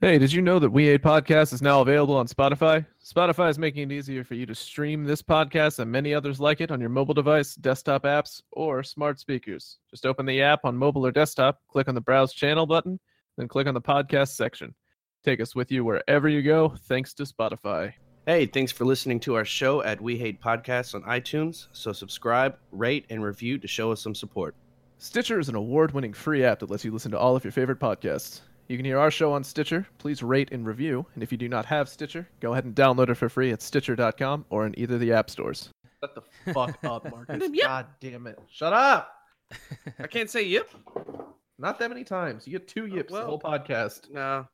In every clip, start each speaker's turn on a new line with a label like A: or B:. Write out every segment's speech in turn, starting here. A: Hey, did you know that We Ate Podcast is now available on Spotify? Spotify is making it easier for you to stream this podcast and many others like it on your mobile device, desktop apps, or smart speakers. Just open the app on mobile or desktop, click on the Browse Channel button, then click on the podcast section. Take us with you wherever you go, thanks to Spotify.
B: Hey, thanks for listening to our show at We Hate Podcasts on iTunes. So subscribe, rate, and review to show us some support.
A: Stitcher is an award winning free app that lets you listen to all of your favorite podcasts. You can hear our show on Stitcher. Please rate and review. And if you do not have Stitcher, go ahead and download it for free at Stitcher.com or in either of the app stores. Shut the fuck up, Marcus. God damn it. Shut up.
B: I can't say yip.
A: Not that many times. You get two yips
B: well.
A: the whole podcast.
B: No,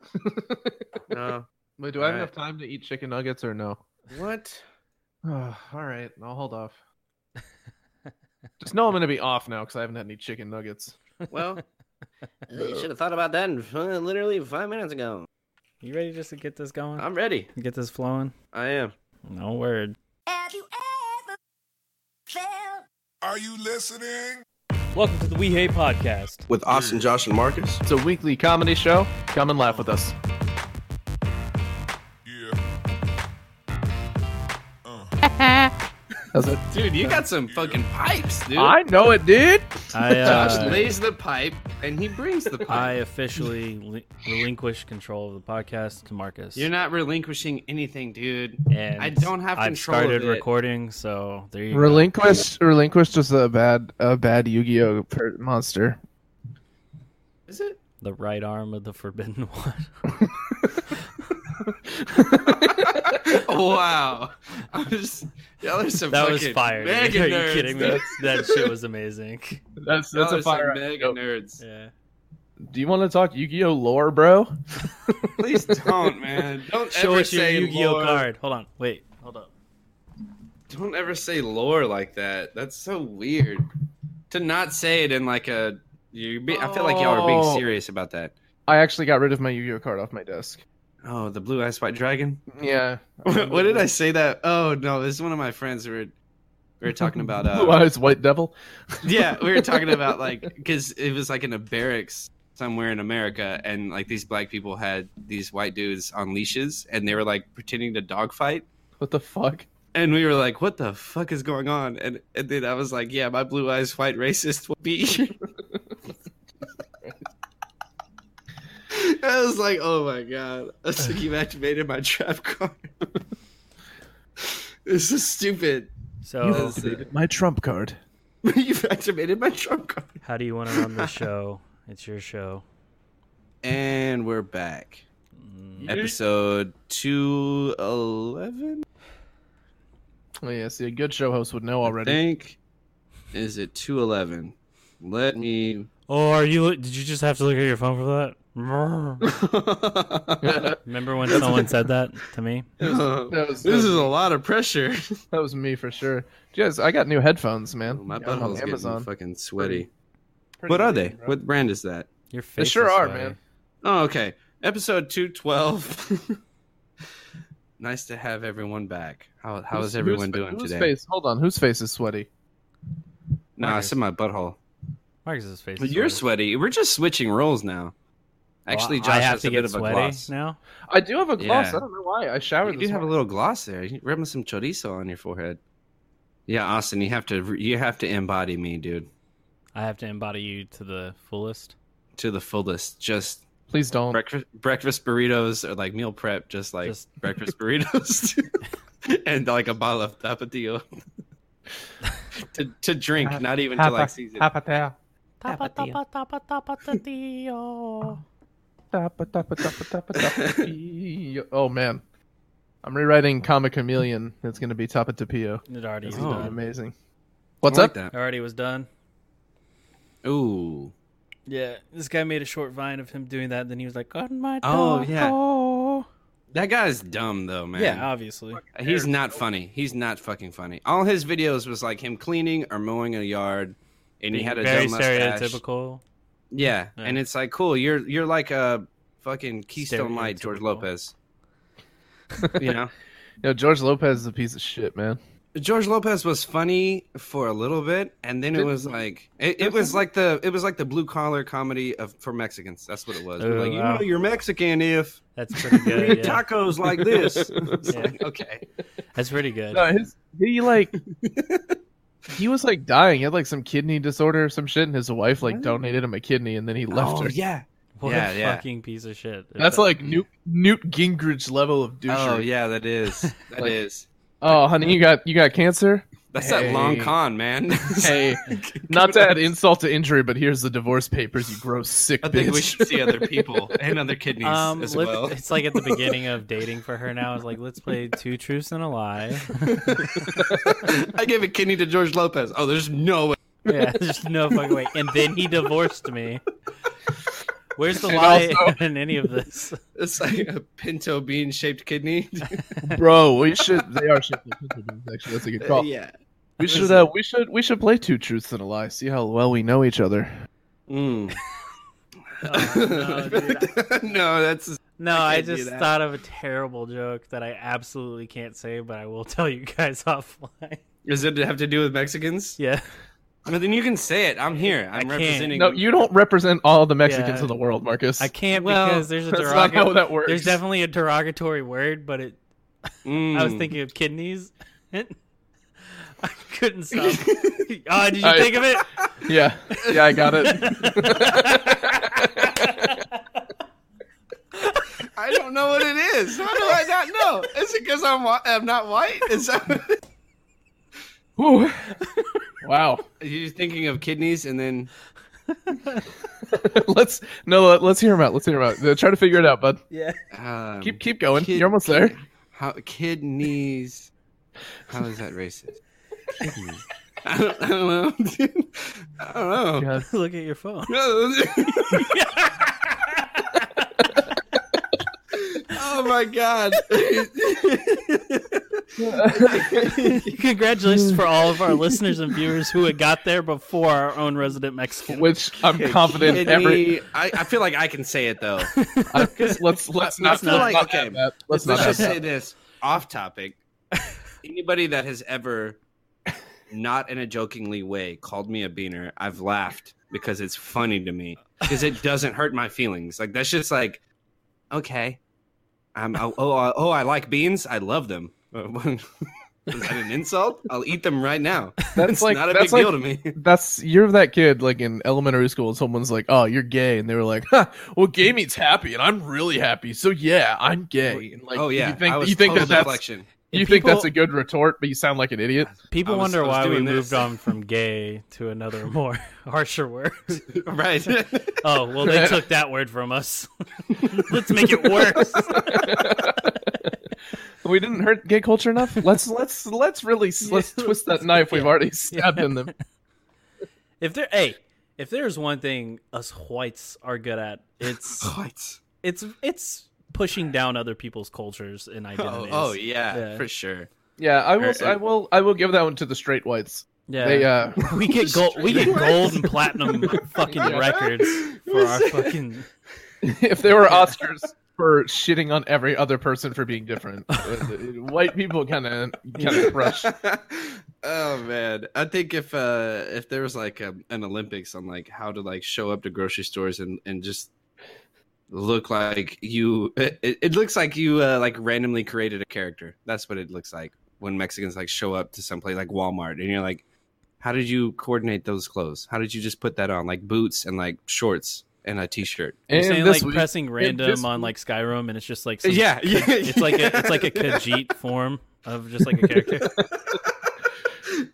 B: no.
A: Wait, do I
B: All
A: have
B: right.
A: enough time to eat chicken nuggets or no?
B: what?
A: all right. I'll hold off. Just know I'm going to be off now because I haven't had any chicken nuggets.
B: Well, you should have thought about that in, uh, literally five minutes ago.
C: You ready just to get this going?
B: I'm ready.
C: get this flowing?
B: I am.
C: No word.
D: Have you ever felt
E: Are you listening?
C: Welcome to the We Hate Podcast.
B: With Austin, Josh, and Marcus.
A: It's a weekly comedy show. Come and laugh with us.
E: Yeah. Uh.
A: How's it?
F: Dude, you got some fucking pipes, dude.
A: I know it, dude.
C: I,
F: Josh
C: uh,
F: lays the pipe and he brings the pipe.
C: I officially li- relinquish control of the podcast to Marcus.
F: You're not relinquishing anything, dude.
C: and
F: I don't have
C: I've
F: control
C: started
F: of it.
C: recording, so there you
A: Relinquish, relinquished is a bad, a bad Yu-Gi-Oh per- monster.
F: Is it?
C: go. The right arm of the forbidden one.
F: wow. I was, y'all are some
C: that
F: fucking
C: was fire. dude.
F: Mega
C: Are
F: nerds.
C: you kidding me?
F: dude.
C: That shit was amazing.
A: That's
F: Y'all
A: that's
F: are
A: a fire.
F: some mega nerds.
C: Yeah.
A: Do you want to talk Yu-Gi-Oh lore, bro?
F: Please don't, man. Don't
C: Show
F: ever
C: us your
F: say
C: Yu-Gi-Oh
F: lore.
C: card. Hold on. Wait. Hold up.
F: Don't ever say lore like that. That's so weird. To not say it in like a you be, I feel like y'all are
A: Oh.
F: being serious about that.
A: I actually got rid of my Yu-Gi-Oh card off my desk.
F: Oh, the blue eyes white dragon.
A: Yeah.
F: what, what did I say that? Oh no, this is one of my friends who were we were talking about.
A: Blue
F: Uh,
A: eyes, white devil.
F: yeah, we were talking about like because it was like in a barracks somewhere in America, and like these black people had these white dudes on leashes, and they were like pretending to dogfight.
A: What the fuck?
F: And we were like, "What the fuck is going on?" And, and then I was like, "Yeah, my blue eyes white racist will be." I was like, "Oh my god!" I was like, "You've activated my trap card." this is stupid. Oh,
C: So,
A: my trump card.
F: You've activated my trump card.
C: how do you want to run the show? It's your show.
F: And we're back.
C: Mm,
F: Episode two eleven.
A: Oh, yeah. See, a good show host would know
F: I
A: already.
F: think is it two eleven? Let me.
C: Oh, are you? Did you just have to look at your phone for that?
F: that
C: Remember when someone said that to me?
F: Um,
A: was-
F: this is a lot of pressure.
A: That was me for sure. Guys, I got new headphones, man.
F: Oh, my
A: Got 'em
F: butthole's
A: on
F: getting
A: Amazon.
F: fucking sweaty.
A: Pretty
F: What are they?
A: amazing, bro.
F: What brand is that?
C: Your face.
A: They
C: is
A: sure are,
C: sweaty.
A: man.
F: Oh, okay. Episode two twelve. nice to have everyone back. How how
A: Who's-
F: is everyone
A: whose fa-
F: doing
A: whose
F: today?
A: Face? Hold on. Whose face is sweaty?
F: Nah, it's in my butthole.
C: Marcus's face.
F: But
C: is
F: you're
C: sweaty.
F: sweaty. We're just switching roles now. Actually,
C: Well,
F: Josh
C: I have
F: has
C: to
F: a
C: get
F: bit of
C: sweaty
F: a gloss.
C: now.
A: I do have a gloss.
F: Yeah.
A: I don't know why. I showered.
F: You do
A: this
F: have
A: morning.
F: a little gloss there. You're rubbing some chorizo on your forehead. Yeah, Austin, you have to you have to embody me, dude,
C: I have to embody you to the fullest.
F: to the fullest. Just
A: Please don't.
F: breakfast breakfast burritos or like meal prep, just like
C: Just-
F: breakfast burritos, and like a bottle of tapatio to to drink, not even to like season.
A: Tapatea. oh man, I'm rewriting Comic Chameleon. It's gonna be Tapatapio.
C: It already was
A: It's
F: Oh.
A: gonna be
C: done.
A: amazing. What's
F: I
A: up?
F: like that?
C: It already was done.
F: Ooh,
C: Yeah, this guy made a short vine of him doing that. Then he was like, "On my
F: Oh,
C: dog."
F: yeah. that guy's dumb though, man.
C: yeah, obviously.
F: He's not funny. He's not fucking funny. All his videos was like him cleaning or mowing a yard, and he had a
C: very
F: dumb mustache.
C: stereotypical.
F: Yeah,
C: Yeah.
F: and it's like cool. You're you're like a fucking Keystone Light George
C: Stereotypical.
F: Lopez. you know,
A: Yo, George Lopez is a piece of shit, man.
F: George Lopez was funny for a little bit, and then it
A: Did-
F: was like it, it was like the it was like the blue collar comedy of for Mexicans. That's what it was. We're
C: Oh,
F: like you
C: wow.
F: know you're Mexican if
C: That's pretty
F: you
C: good.
F: eat
C: yeah.
F: tacos like this. It's
C: Yeah.
F: like, okay,
C: That's pretty good.
A: No, his, he like he was like dying. He had like some kidney disorder or some shit, and his wife like donated him a kidney, and then he left
F: oh,
A: her.
F: Yeah.
C: What
F: Yeah,
C: a
F: yeah.
C: fucking piece of shit.
A: That's like Newt Newt Gingrich level of douchery.
F: Oh yeah, that is that
A: Like-
F: is.
A: Oh, honey, you got you got cancer.
F: That's that long
A: Hey.
F: con, man.
A: Hey, not to add insult to injury, but here's the divorce papers. You gross sick
F: I
A: bitch.
F: think we should see other people and other kidneys
C: Um,
F: as
C: let's-
F: well.
C: It's like at the beginning of dating for her now. It's like, let's play two truths and a lie.
F: I gave a kidney to George Lopez. Oh, there's no way.
C: yeah, there's no fucking way. And then he divorced me. Where's the
A: And
C: lie
A: also-
C: in any of this?
F: It's like a pinto bean shaped kidney.
A: Bro, we should. They are shit. Actually, that's a good call.
F: Uh, yeah.
A: We should. Uh, we should. We should play two truths and a lie. See how well we know each other.
F: Mm.
C: Oh, no, dude.
F: no, that's
C: No,
F: I
C: I,
F: can't do
C: just
F: that.
C: thought of a terrible joke that I absolutely can't say, but I will tell you guys offline.
F: does it have to do with Mexicans?
C: Yeah.
F: But then you can say it. I'm here. I'm
C: can't.
F: representing.
A: No, you don't represent all the Mexicans
C: Yeah.
A: in the world, Marcus.
C: I can't
F: Well,
C: because there's a
A: that's not how
C: derogatory
A: that works.
C: there's definitely a derogatory word, but it
F: Mm.
C: I
A: Hmm.
C: was thinking of kidneys. I couldn't stop. oh, did you
A: I-
C: think of it?
A: Yeah, yeah, I got it.
F: I don't know what it is. How do I not know? Is it because I'm whi- I'm not white? Is that...
A: Whew. wow.
F: You're thinking of kidneys and then
A: Let's no. Let, let's hear him out. Let's hear him out. Uh, Try to figure it out, bud.
F: um,
A: Keep keep going.
F: Kid-
A: You're almost there.
F: How kidneys? How is that racist? Kidneys. I don't, I don't know. dude. I don't know.
C: Look at your phone.
F: oh my god!
C: Congratulations for all of our listeners and viewers who had got there before our own resident Mexican.
A: Which I'm confident
F: Kidney-
A: every.
F: I, I feel like I can say it though.
A: I, let's let's not,
F: not
A: let's not,
F: like- okay.
A: have that. Let's
F: Let's,
A: not have
F: just
A: that.
F: say this off topic. Anybody that has ever, not in a jokingly way, called me a beaner, I've laughed because it's funny to me because it doesn't hurt my feelings. Like that's just like, okay, I'm oh oh, I- oh I like beans, I love them. Is that an insult? I'll eat them right now.
A: That's
F: It's
A: like
F: not a
A: that's
F: big
A: like
F: deal to me.
A: that's you're that kid like in elementary school and someone's like oh you're gay and they were like huh, well gay means happy and i'm really happy so yeah i'm gay and like
F: oh yeah,
A: you think,
F: I was
A: you think
F: total
A: that that's
F: deflection.
A: you
C: And
A: think
C: people-
A: that's a good retort but you sound like an idiot
C: People
F: I was-
C: wonder
F: I was
C: why we
F: doing this.
C: moved on from gay to another more harsher word.
F: right?
C: Oh, well, they took that word from us. Let's make it worse.
A: we didn't hurt gay culture enough let's let's let's really s- let's
C: Yeah,
A: twist that knife we've already stabbed in them
C: If there, hey, if there's one thing us whites are good at, it's
F: What?
C: it's it's pushing down other people's cultures and
F: Oh,
C: identities.
F: oh yeah,
C: Yeah.
F: for sure.
A: yeah i will
F: Or-
A: s- i will i will give that one to the straight whites
C: yeah.
A: they uh
C: we get gold. We get gold and platinum fucking
A: Yeah.
C: records for our fucking.
A: if there were oscars for shitting on every other person for being different uh, white people kind of kind of crush
F: oh man, I think if uh if there was like a, an Olympics on like how to like show up to grocery stores and and just look like you, it, it it looks like you uh, like randomly created a character. That's what it looks like when Mexicans like show up to some place like Walmart, and you're like, how did you coordinate those clothes? How did you just put that on like boots and like shorts and a t-shirt?
C: You're
A: and
C: saying
A: this
C: like
A: week-
C: pressing
A: this
C: random on
A: week-
C: like Skyrim, and it's just like some-
F: Yeah, yeah,
C: it's like a, it's like a Khajiit form of just like a character.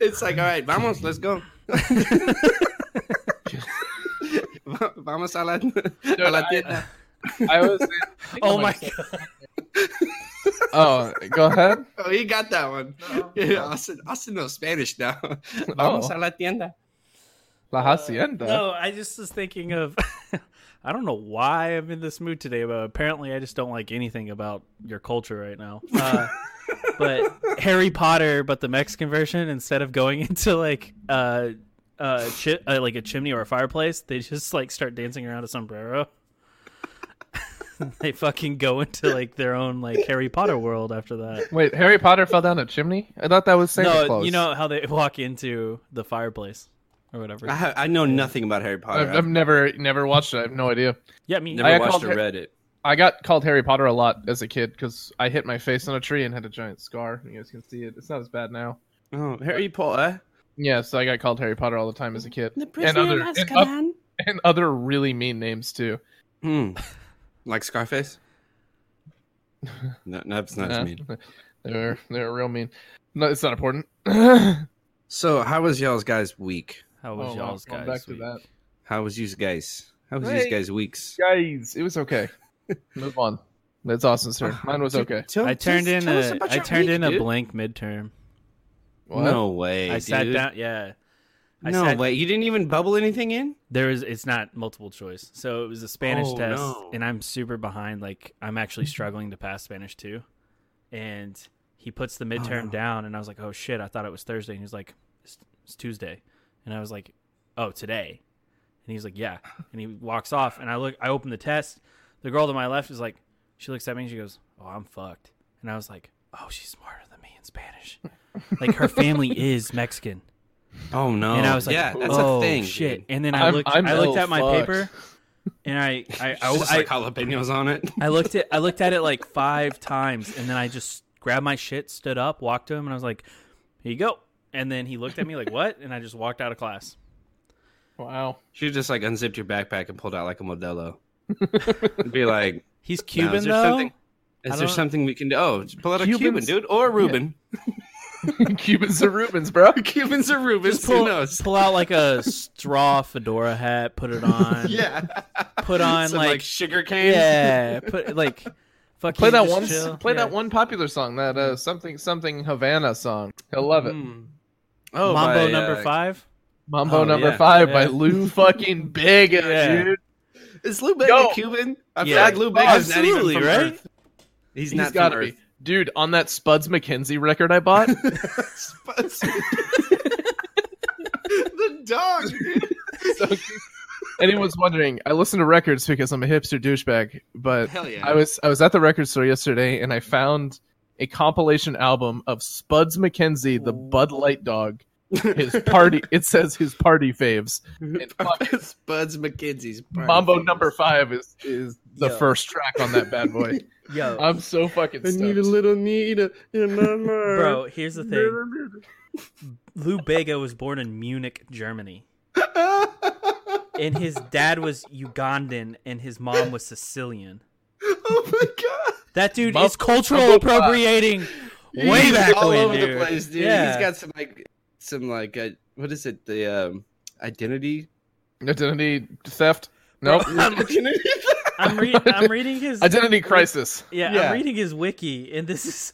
F: it's like, all right, vamos, let's go. Va- vamos a la, a la
A: I-
F: tienda.
A: I was.
C: oh my god!
A: Oh, go ahead.
F: Oh, he got that one. Yeah, Austin, Austin knows Spanish now. Vamos a la tienda.
A: Oh, La hacienda.
C: No, I just was thinking of. I don't know why I'm in this mood today, but apparently I just don't like anything about your culture right now. Uh, but Harry Potter, but the Mexican version, instead of going into like uh, uh, chi- uh like a chimney or a fireplace, they just like start dancing around a sombrero. they fucking go into like their own like Harry Potter world after that.
A: Wait, Harry Potter fell down a chimney? I thought that was Santa
C: no,
A: Claus.
C: you know how they walk into the fireplace or whatever.
F: I, ha- I know nothing about Harry Potter.
A: I've,
F: I've,
A: I've never never watched it. I have no idea.
C: yeah, I mean,
F: never
A: I
F: watched
A: called
F: or
A: Har-
F: read it.
A: I got called Harry Potter a lot as a kid because I hit my face on a tree and had a giant scar. You guys can see it. It's not as bad now.
F: Oh, Harry Potter.
A: Yeah, so I got called Harry Potter all the time as a kid, and other and, oth- and other really mean names too.
F: Hmm. Like Scarface? no, no, that's not
A: Uh,
F: me.
A: they're they're real mean. No, it's not important. oh,
F: So, how was y'all's guys' week?
C: how was
A: well,
C: y'all's
A: going
C: guys?
A: Oh, back to
C: week?
A: that,
F: How was you guys? How was
A: Hey.
F: you guys' weeks?
A: guys, it was okay. Move on. That's awesome,
C: Uh,
A: sir.
F: Uh-huh.
A: Mine was okay.
C: I turned in a I turned in a blank midterm.
A: What?
F: No way.
C: I sat
F: dude.
C: down. Yeah, I
F: no
C: sat-
F: way. You didn't even bubble anything in?
C: there is. It's not multiple choice, so it was a Spanish
F: Oh,
C: test,
F: no.
C: and I'm super behind. Like I'm actually struggling to pass Spanish too. And he puts the midterm
F: Oh, no.
C: down, and I was like, "Oh shit!" I thought it was Thursday, and he's like, it's, "It's Tuesday," and I was like, "Oh, today." And he's like, "Yeah," and he walks off, and I look. I open the test. The girl to my left is like, she looks at me and she goes, "Oh, I'm fucked." And I was like, "Oh, she's smarter than me in Spanish." like her family is Mexican
F: Oh no.
C: and I was like,
F: yeah, that's
C: oh,
F: a thing.
C: shit!"
F: dude.
C: And then I
A: I'm-
C: looked, i
A: I'm
C: looked
A: so
C: at my
A: fucked.
C: paper, and I, I, I,
F: It's just
C: I,
F: like jalapenos on it.
C: I looked at, I looked at it like five times, and then I just grabbed my shit, stood up, walked to him, and I was like, "Here you go." And then he looked at me like, "What?" And I just walked out of class.
A: Wow.
F: She just like unzipped your backpack and pulled out like a Modelo. and be like,
C: He's
F: "Now,
C: Cuban
F: is there
C: though.
F: something? Is there
C: don't-
F: something we can do? Oh, just pull out a Cuban,
A: Cubans-
F: dude, or a Reuben.
A: Cubans are Rubens, bro.
F: Cubans or Reubens,
C: Just
F: who
C: pull,
F: knows?
C: pull out like a straw fedora hat, put it on,
F: yeah.
C: put on
F: Some,
C: like,
F: sugar cane.
C: yeah, put like, fucking
A: Play that
C: just
A: one.
C: chill.
A: Play
C: Yeah. Mm.
A: that one popular song. That uh, something something Havana song. He'll love it.
F: Mm. Oh,
C: Mambo
F: by,
C: number
F: uh,
C: five.
A: Mambo
F: Oh,
A: number
F: yeah.
A: five by
C: Yeah.
A: Lou fucking Bega,
C: Yeah.
A: dude.
F: Is Lou Bega
A: Yo.
F: Cuban? I
C: Yeah.
F: feel like Lou Bega's not even
C: Absolutely,
F: from
C: right?
F: Earth. He's,
A: He's
F: not
A: gotta
F: from
A: be. Dude, on that Spuds McKenzie record I bought,
F: Earth. the dog. dude.
A: anyone's wondering, I listen to records because I'm a hipster douchebag. But
F: Hell yeah.
A: I was I was at the record store yesterday and I found a compilation album of Spuds McKenzie, the Bud Light Dog. His party it says his party faves. And fuck,
F: Spuds McKenzie's party
A: Mambo
F: favors.
A: number five is is the
F: Yo.
A: first track on that bad boy.
C: Yo,
A: I'm so fucking stoked.
F: little need a, a murmur.
C: Bro, here's the thing. Lou Bega was born in Munich, Germany.
F: Oh
C: And his dad was Ugandan and his mom was Sicilian.
F: oh my god.
C: That dude
A: Mum-
C: is cultural
A: mumble pop.
C: appropriating way
F: He's
C: back
F: all
C: when,
F: over
C: dude.
F: the place, dude.
C: Yeah.
F: He's got some like some like uh, what is it? The um identity.
A: Identity theft? Nope.
C: I'm,
F: Identity?
C: I'm, re- I'm reading his
A: Identity crisis.
C: Yeah,
F: Yeah.
C: I'm reading his wiki, and this is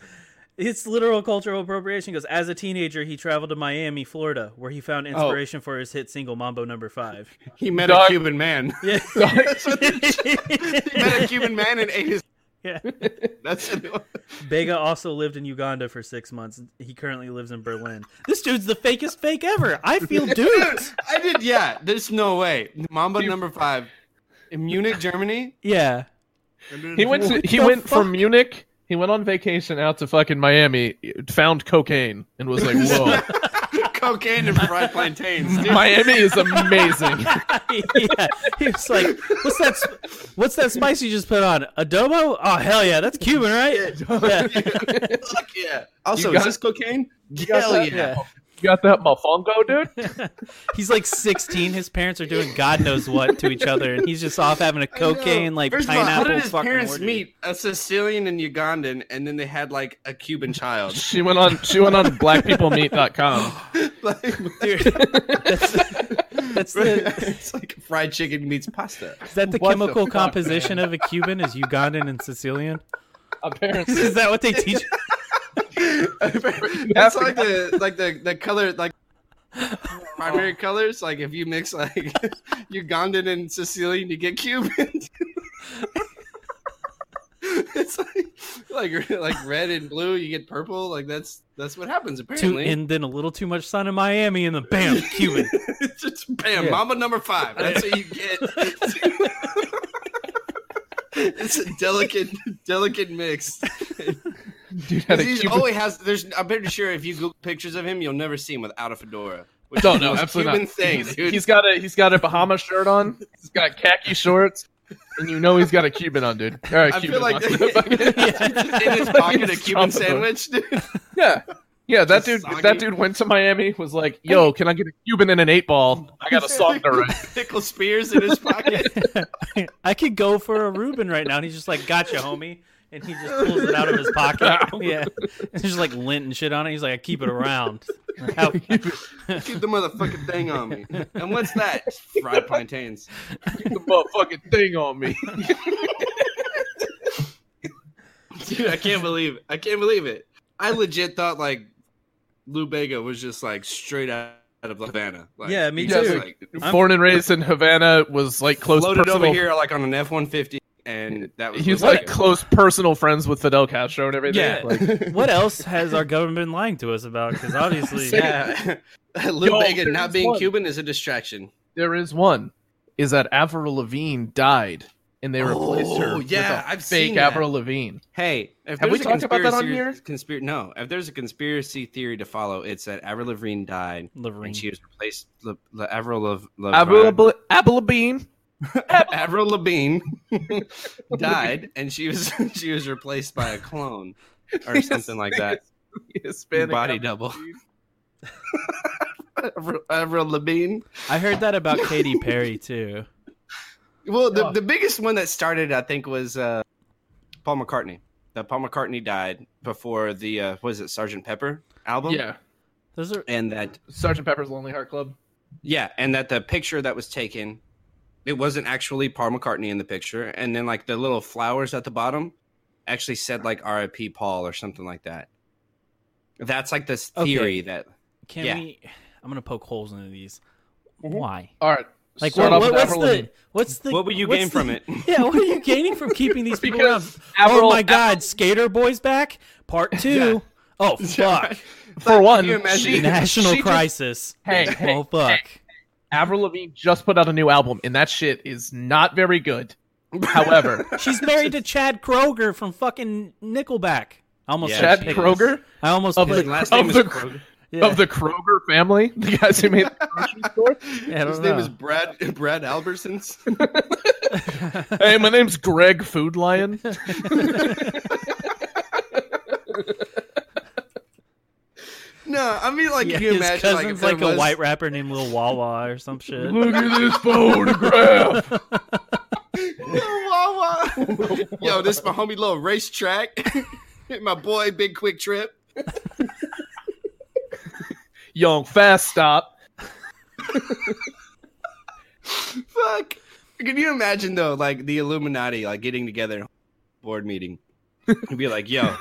C: it's literal cultural appropriation. Goes as a teenager, he traveled to Miami, Florida, where he
F: Oh.
C: found inspiration for his hit single "Mambo Number 5.
F: he met
A: Dog.
F: a Cuban man.
C: Yeah.
F: he met a Cuban man and ate his.
C: Yeah.
F: That's it.
C: Bega also lived in Uganda for six months. He currently lives in Berlin. This dude's the fakest fake ever. I feel duped.
F: I did. Yeah. There's no way. Mamba number five. In Munich, Germany.
C: Yeah.
A: He went to, he went from Munich. He went on vacation out to fucking Miami, found cocaine, and was like, "Whoa,
F: cocaine and fried plantains. Dude.
A: Miami is amazing."
C: yeah. He was like, "What's that? sp- What's that spice you just put on? Adobo? Oh hell yeah, that's Cuban, right? Yeah.
F: Fuck yeah. Also,
A: You
F: is
A: got-
F: this cocaine?
A: got
F: Hell
A: that?
F: yeah.
A: You got that mofongo, dude?
C: He's like 16. His parents are doing God knows what to each other, and he's just off having a cocaine like
F: First
C: pineapple.
F: of all, how did his
C: fucking
F: parents
C: orgy.
F: meet? A Sicilian and Ugandan, and then they had like a Cuban child.
A: She went on she went on blackpeoplemeat.com.
F: like,
C: Dude, that's, that's the,
F: it's like fried chicken meets pasta.
C: is that the
A: What the
C: chemical
A: fuck,
C: composition of a Cuban is Ugandan and Sicilian?
A: Apparently,
C: Is that what they teach?
F: That's like the like the the color like primary colors. Like if you mix like Ugandan and Sicilian, you get Cuban. it's like like like red and blue, you get purple. Like that's that's what happens
C: Too,
F: apparently.
C: and then a little too much sun in Miami, and then bam, Cuban.
F: It's just bam, mama number five. That's what you get. It's a delicate, delicate mix.
A: Dude had a
F: He's
A: Cuban,
F: always has. There's. I'm pretty sure if you Google pictures of him, you'll never see him without a fedora. Which
A: No,
F: is the
A: no,
F: most
A: absolutely
F: Cuban
A: not.
F: thing,
A: He's-
F: dude.
A: he's got a he's got a Bahama shirt on. He's got khaki shorts, and you know he's got a Cuban on, dude. All right,
F: I
A: Cuban
F: feel like
A: on.
F: in his pocket a Cuban
A: Trump.
F: sandwich. Dude.
A: yeah, yeah. That
F: Just
A: dude, that
F: soggy.
A: dude went to Miami. Was like, yo, can I get a Cuban and an eight ball? I got a soft right.
F: Pickle spears in his pocket.
C: I could go for a Reuben right now, and he's just like, "Gotcha, homie," and he just pulls it out of his pocket. yeah, it's just like lint and shit on it. He's like, "I keep it around." How-
F: Keep the motherfucking thing on me. And what's that? Fried plantains.
A: Get the motherfucking thing on me.
F: Dude, I can't believe it. I can't believe it. I legit thought like Lou Bega was just like straight out of Havana. Like,
C: Yeah, me
F: he just,
A: too.
F: like,
C: I'm-
A: Born and raised in Havana, was like close
F: floated
A: personal.
F: over here like on an F one fifty and that was
A: He's
F: Lou
A: like
F: Bega.
A: close personal friends with Fidel Castro and everything.
C: Yeah.
A: Like,
C: what else has our government been lying to us about? Because obviously,
F: Yeah. Lou
A: Yo,
F: Bega
A: there's
F: not being
A: one.
F: Cuban is a distraction.
A: there is one is that Avril Lavigne died and they replaced her
F: Oh,
A: with
F: yeah,
A: a
F: I've
A: fake
F: seen that.
A: Avril Lavigne.
F: Hey, if
A: Have we
F: there's a
A: talked about that on
F: conspiracy-
A: here?
F: Conspir- no, if there's a conspiracy theory to follow, it's that Avril Lavigne died
C: Lavigne.
F: and she was replaced. La- La- Avril Lav- Lavigne,
A: Mm. Avril Lavigne.
F: Avril Lavigne died, and she was she was replaced by a clone or something like that.
A: Hispanic
F: Body
A: Avril
F: double.
A: Lavigne.
F: Avril, Avril Lavigne.
C: I heard that about Katy Perry too.
F: Well, the,
A: Yeah.
F: the biggest one that started, I think, was uh, Paul McCartney. That Paul McCartney died before the uh, was it Sergeant Pepper album?
A: Yeah.
C: Those are
F: and that
A: Sergeant Pepper's Lonely Heart Club.
F: Yeah, and that the picture that was taken, it wasn't actually Paul McCartney in the picture, and then like the little flowers at the bottom actually said like R.I.P. Paul or something like that. That's like this
C: Okay.
F: theory that
C: can
F: Yeah. Mm-hmm.
C: we? I'm gonna poke holes into these. Why?
A: All right.
C: Like,
A: start
C: what,
A: off
C: what-
A: with
C: what's
A: Avril
C: the
A: Lavigne.
C: what's the
F: what would you
C: what's
F: gain
C: the-
F: from it?
C: Yeah, what are you gaining from keeping these people around?
A: Because Avril,
C: oh my God, Skater Boys back, part two. Oh fuck,
A: for one,
F: you imagine-
A: she,
C: national
A: she just-
C: crisis.
A: Hey, hey,
C: oh fuck.
A: Avril Lavigne just put out a new album, and that shit is not very good. However,
C: She's married to Chad Kroger from fucking Nickelback. I almost
F: Yeah,
C: said
A: Chad
F: she is.
C: Pickles.
A: Kroger
C: I almost
A: Of
C: picked-
A: the-
F: last
A: of
F: name is
A: the-
F: Kroger.
C: yeah.
A: of the Kroger family, the guys who made the grocery store.
C: Yeah, I don't
F: His name
C: know.
F: is Brad Brad Albertsons.
A: Hey, my name's Greg Food Lion.
F: no, I mean like
C: yeah,
F: can you
C: his
F: imagine like if
C: cousin's
F: there
C: like, a
F: was-
C: white rapper named Lil Wawa or some shit.
A: Look at this photograph.
F: Wawa. Yo, this my homie little racetrack. my boy, big quick trip.
A: Young fast stop.
F: Fuck. Can you imagine though, like the Illuminati, like getting together, board meeting, and be like, "Yo,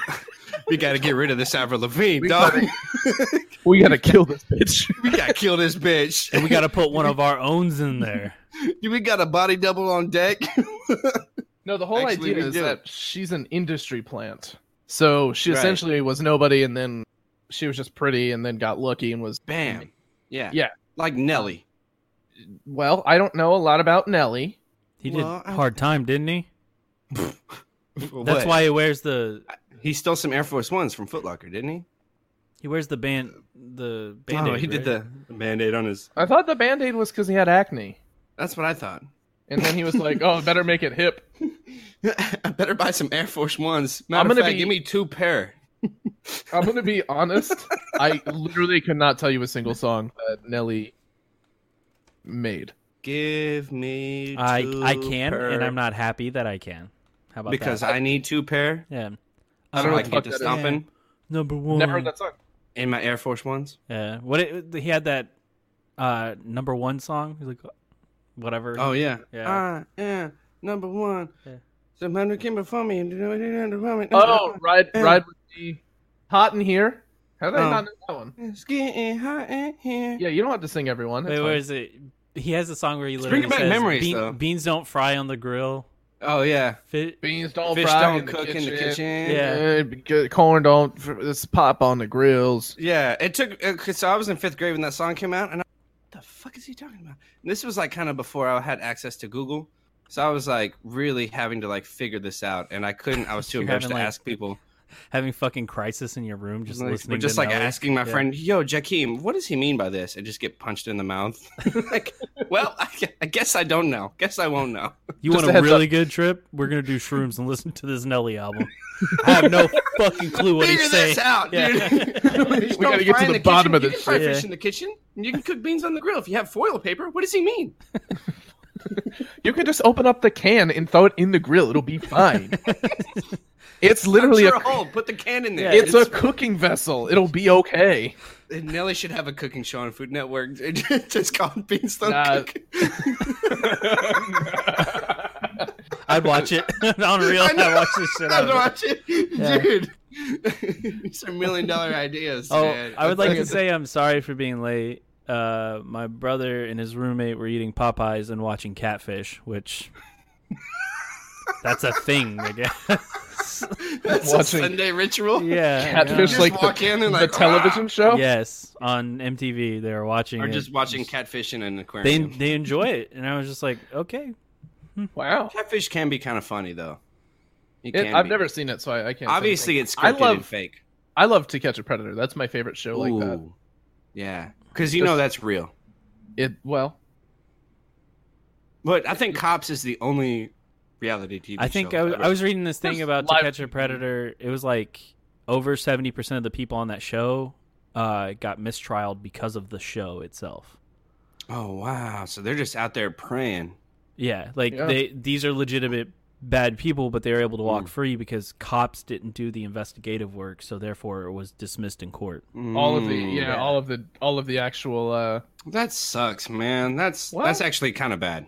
F: we got to get rid of this Avril Lavigne, dog.
A: We gotta kill this bitch.
F: we got to kill this bitch.
C: And we got to put one of our owns in there.
F: we got a body double on deck."
A: No, the whole
F: Actually,
A: idea
F: we
A: is
F: do.
A: that she's an industry plant. So she
F: Right.
A: essentially was nobody, and then she was just pretty, and then got lucky, and was
F: Bam. Yeah.
A: Yeah.
F: Like Nelly.
A: well. I don't know a lot about Nelly.
C: He
F: Well,
C: did
F: I-
C: hard time, didn't he? That's
F: What?
C: why he wears the
F: he stole some Air Force Ones from Foot Locker, didn't he?
C: he wears the band the band.
F: oh, he did the band-aid on his.
A: I thought the band aid was because he had acne,
F: That's what I thought.
A: and then he was like, "Oh, better make it hip."
F: I better buy some Air Force Ones. Matter
A: I'm
F: of
A: gonna
F: fact,
A: be-
F: give me two pair.
A: I'm gonna be honest. I literally could not tell you a single song that Nelly made.
F: Give me.
C: I
F: two
C: I can, and
F: pair.
C: I'm not happy that I can. How about
F: because
C: that?
F: I need two pair.
A: I
C: yeah,
F: I
A: don't
F: don't
A: know
F: like
A: what the fuck
F: get to
A: that
C: is.
F: stomping
C: number one.
A: Never heard that song.
F: in my Air Force ones.
C: Yeah, what it, he had that uh number one song. He's like, whatever.
F: Oh yeah,
C: Yeah.
F: I am number one.
C: Yeah.
F: Somebody came before me and didn't before me.
A: Oh, ride,
F: Yeah.
A: ride with me. Hot in here. How did I
F: Oh.
A: not know that one?
F: it's getting hot in here.
A: Yeah, you don't have to sing everyone. That's
C: wait,
A: fine.
C: where is it? He has a song where he literally
F: bringing back
C: says,
F: memories,
C: "Bean-
F: though.
C: "Beans don't fry on the grill."
F: Oh yeah,
C: Fit.
A: Beans don't
F: fish
A: fry
F: don't
A: in the
F: cook
A: kitchen.
F: in the kitchen.
C: Yeah.
A: Eh, because corn don't. f- This pop on the grills.
F: yeah. It took uh, 'cause so I was in fifth grade when that song came out, and I, what the fuck is he talking about? And this was like kind of before I had access to Google, So I was like really having to like figure this out, and I couldn't. I was too
C: You're
F: embarrassed to
C: having, like,
F: ask people.
C: having fucking crisis in your room, just
F: Like,
C: listening.
F: just
C: to
F: like
C: Nelly.
F: asking my
C: Yeah.
F: friend, "Yo, Jakeem, what does he mean by this?" And just get punched in the mouth. like, well, I, gu- I guess I don't know. Guess I won't know.
C: You
A: Just
C: want
A: a
C: a
A: heads
C: really good trip? We're gonna do shrooms and listen to this Nelly album. I have no fucking clue what
F: Figure
C: he's saying.
F: this out,
C: Yeah.
F: dude.
A: We gotta get to the bottom of
F: you
A: this
F: can fry
C: shit.
F: fish in the kitchen, and you can cook beans on the grill if you have foil paper. What does he mean?
A: You can just open up the can and throw it in the grill. It'll be fine. it's literally
F: Puncture
A: a,
F: hole. Put the can in there.
C: Yeah,
A: it's a cooking vessel. It'll be okay.
F: And Nelly should have a cooking show on Food Network. Just called Beans Don't
A: Nah.
F: Cook.
C: I'd watch it on real.
F: I know.
C: I watch this shit. out of
F: I'd
C: it.
F: watch it,
C: Yeah.
F: dude. These are million dollar ideas.
C: Oh,
F: man.
C: I would like to
A: That's-
C: say I'm sorry for being late. Uh, my brother and his roommate were eating Popeyes and watching Catfish, which that's a thing, I guess.
F: That's
A: watching-
F: a Sunday ritual.
C: yeah,
F: You
A: Catfish
F: just
A: like
F: walk
A: the,
F: in and
A: the
F: like
A: television
C: yeah.
A: show.
C: Yes, on MTV they were watching.
F: "Ah," or
C: it.
F: just watching catfish in an
C: They
F: aquarium.
C: they enjoy it, and I was just like, okay,
A: Wow.
F: catfish can be kind of funny though. It
A: It,
F: can
A: I've
F: be.
A: never seen it, so I, I can't. say
F: Obviously,
A: anything.
F: it's scripted
A: I love-
F: and fake.
A: I love To Catch a Predator. That's my favorite show like that.
F: Ooh. Yeah, because you
A: Just-
F: know that's real.
A: It well,
F: But I think Cops is the only reality TV.
C: I think
F: show
C: I was,
F: that
C: I was reading this thing
A: There's
C: about To
A: live-
C: Catch a Predator. It was like over seventy percent of the people on that show uh, got mistrialed because of the show itself.
F: Oh wow! So they're just out there praying.
C: Yeah, like
A: Yeah.
C: they these are legitimate bad people, but they were able to walk free because cops didn't do the investigative work, so therefore it was dismissed in court.
A: all of the yeah,
C: yeah.
A: all of the all of the actual. uh
F: Mm. That sucks, man. That's
A: What?
F: that's actually kind of bad.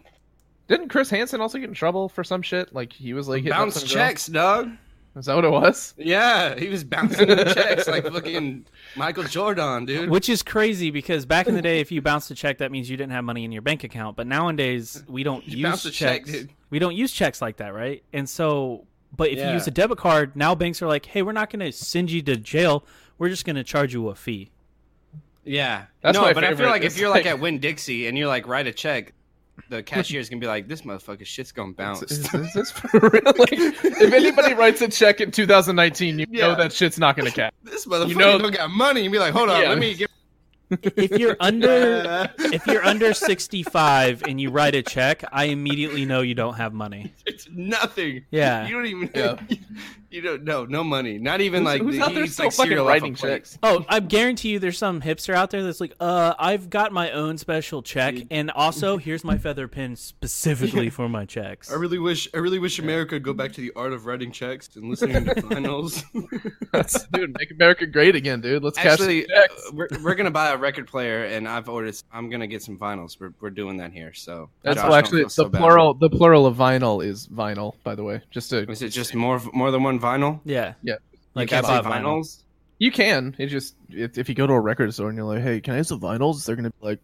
A: Didn't Chris Hansen also get in trouble for some shit? Like he was like hitting up
F: Bounce
A: some girl?
F: checks, dog.
A: Is that what it was?
F: Yeah, he was bouncing the checks like fucking Michael Jordan, dude.
C: Which is crazy because back in the day, if you bounced a check, that means you didn't have money in your bank account. But nowadays, we don't
F: You
C: use
F: bounced a check,
C: checks.
F: dude.
C: we don't use checks like that, right? And so, but if you
F: Yeah.
C: use a debit card, now banks are like, "Hey, we're not going to send you to jail. We're just going to charge you a fee."
F: Yeah,
A: That's
F: no,
A: my
F: but I feel
A: favorite.
F: like if
A: It's
F: you're like,
A: like-
F: at Win Dixie and you're like write a check, the cashier's gonna be like, this motherfucker shit's gonna bounce.
A: Is, is this for real? Like, if anybody writes a check in 2019, you know
F: Yeah.
A: that shit's not gonna catch.
F: this motherfucker
A: You know-
F: don't got money. And be like, hold on,
A: Yeah.
F: let me get. uh,
C: If you're under, if you're under sixty-five and you write a check, I immediately know you don't have money.
F: It's nothing.
C: Yeah.
F: you don't even.
A: Yeah.
F: You don't. No, no money. Not even like
A: Who's
F: the-
A: out
F: he
A: there
F: eats,
A: still
F: like
A: fucking
F: cereal off a
A: writing
F: plate.
A: checks?
C: Oh, I guarantee you, there's some hipster out there that's like, "Uh, I've got my own special check, and also here's my feather pen specifically for my checks."
F: I really wish I really wish America would go back to the art of writing checks and listening to finals.
A: dude, make America great again, dude. Let's
F: Actually, uh,
A: cash some checks.
F: we're, we're gonna buy a record player, and I've ordered. I'm gonna get some vinyls. We're, we're doing that here. So
A: That's
F: Josh,
A: well,
F: don't
A: actually
F: feel
A: the
F: so bad.
A: plural. The plural of vinyl is vinyl, by the way. Just to
F: Is it just more more than one vinyl?
C: Yeah.
A: Yeah.
C: Like
F: You
C: I
F: can't buy
C: bought vinyl.
A: you can. It just if, if you go to a record store and you're like, hey, can I have some vinyls? They're gonna be like,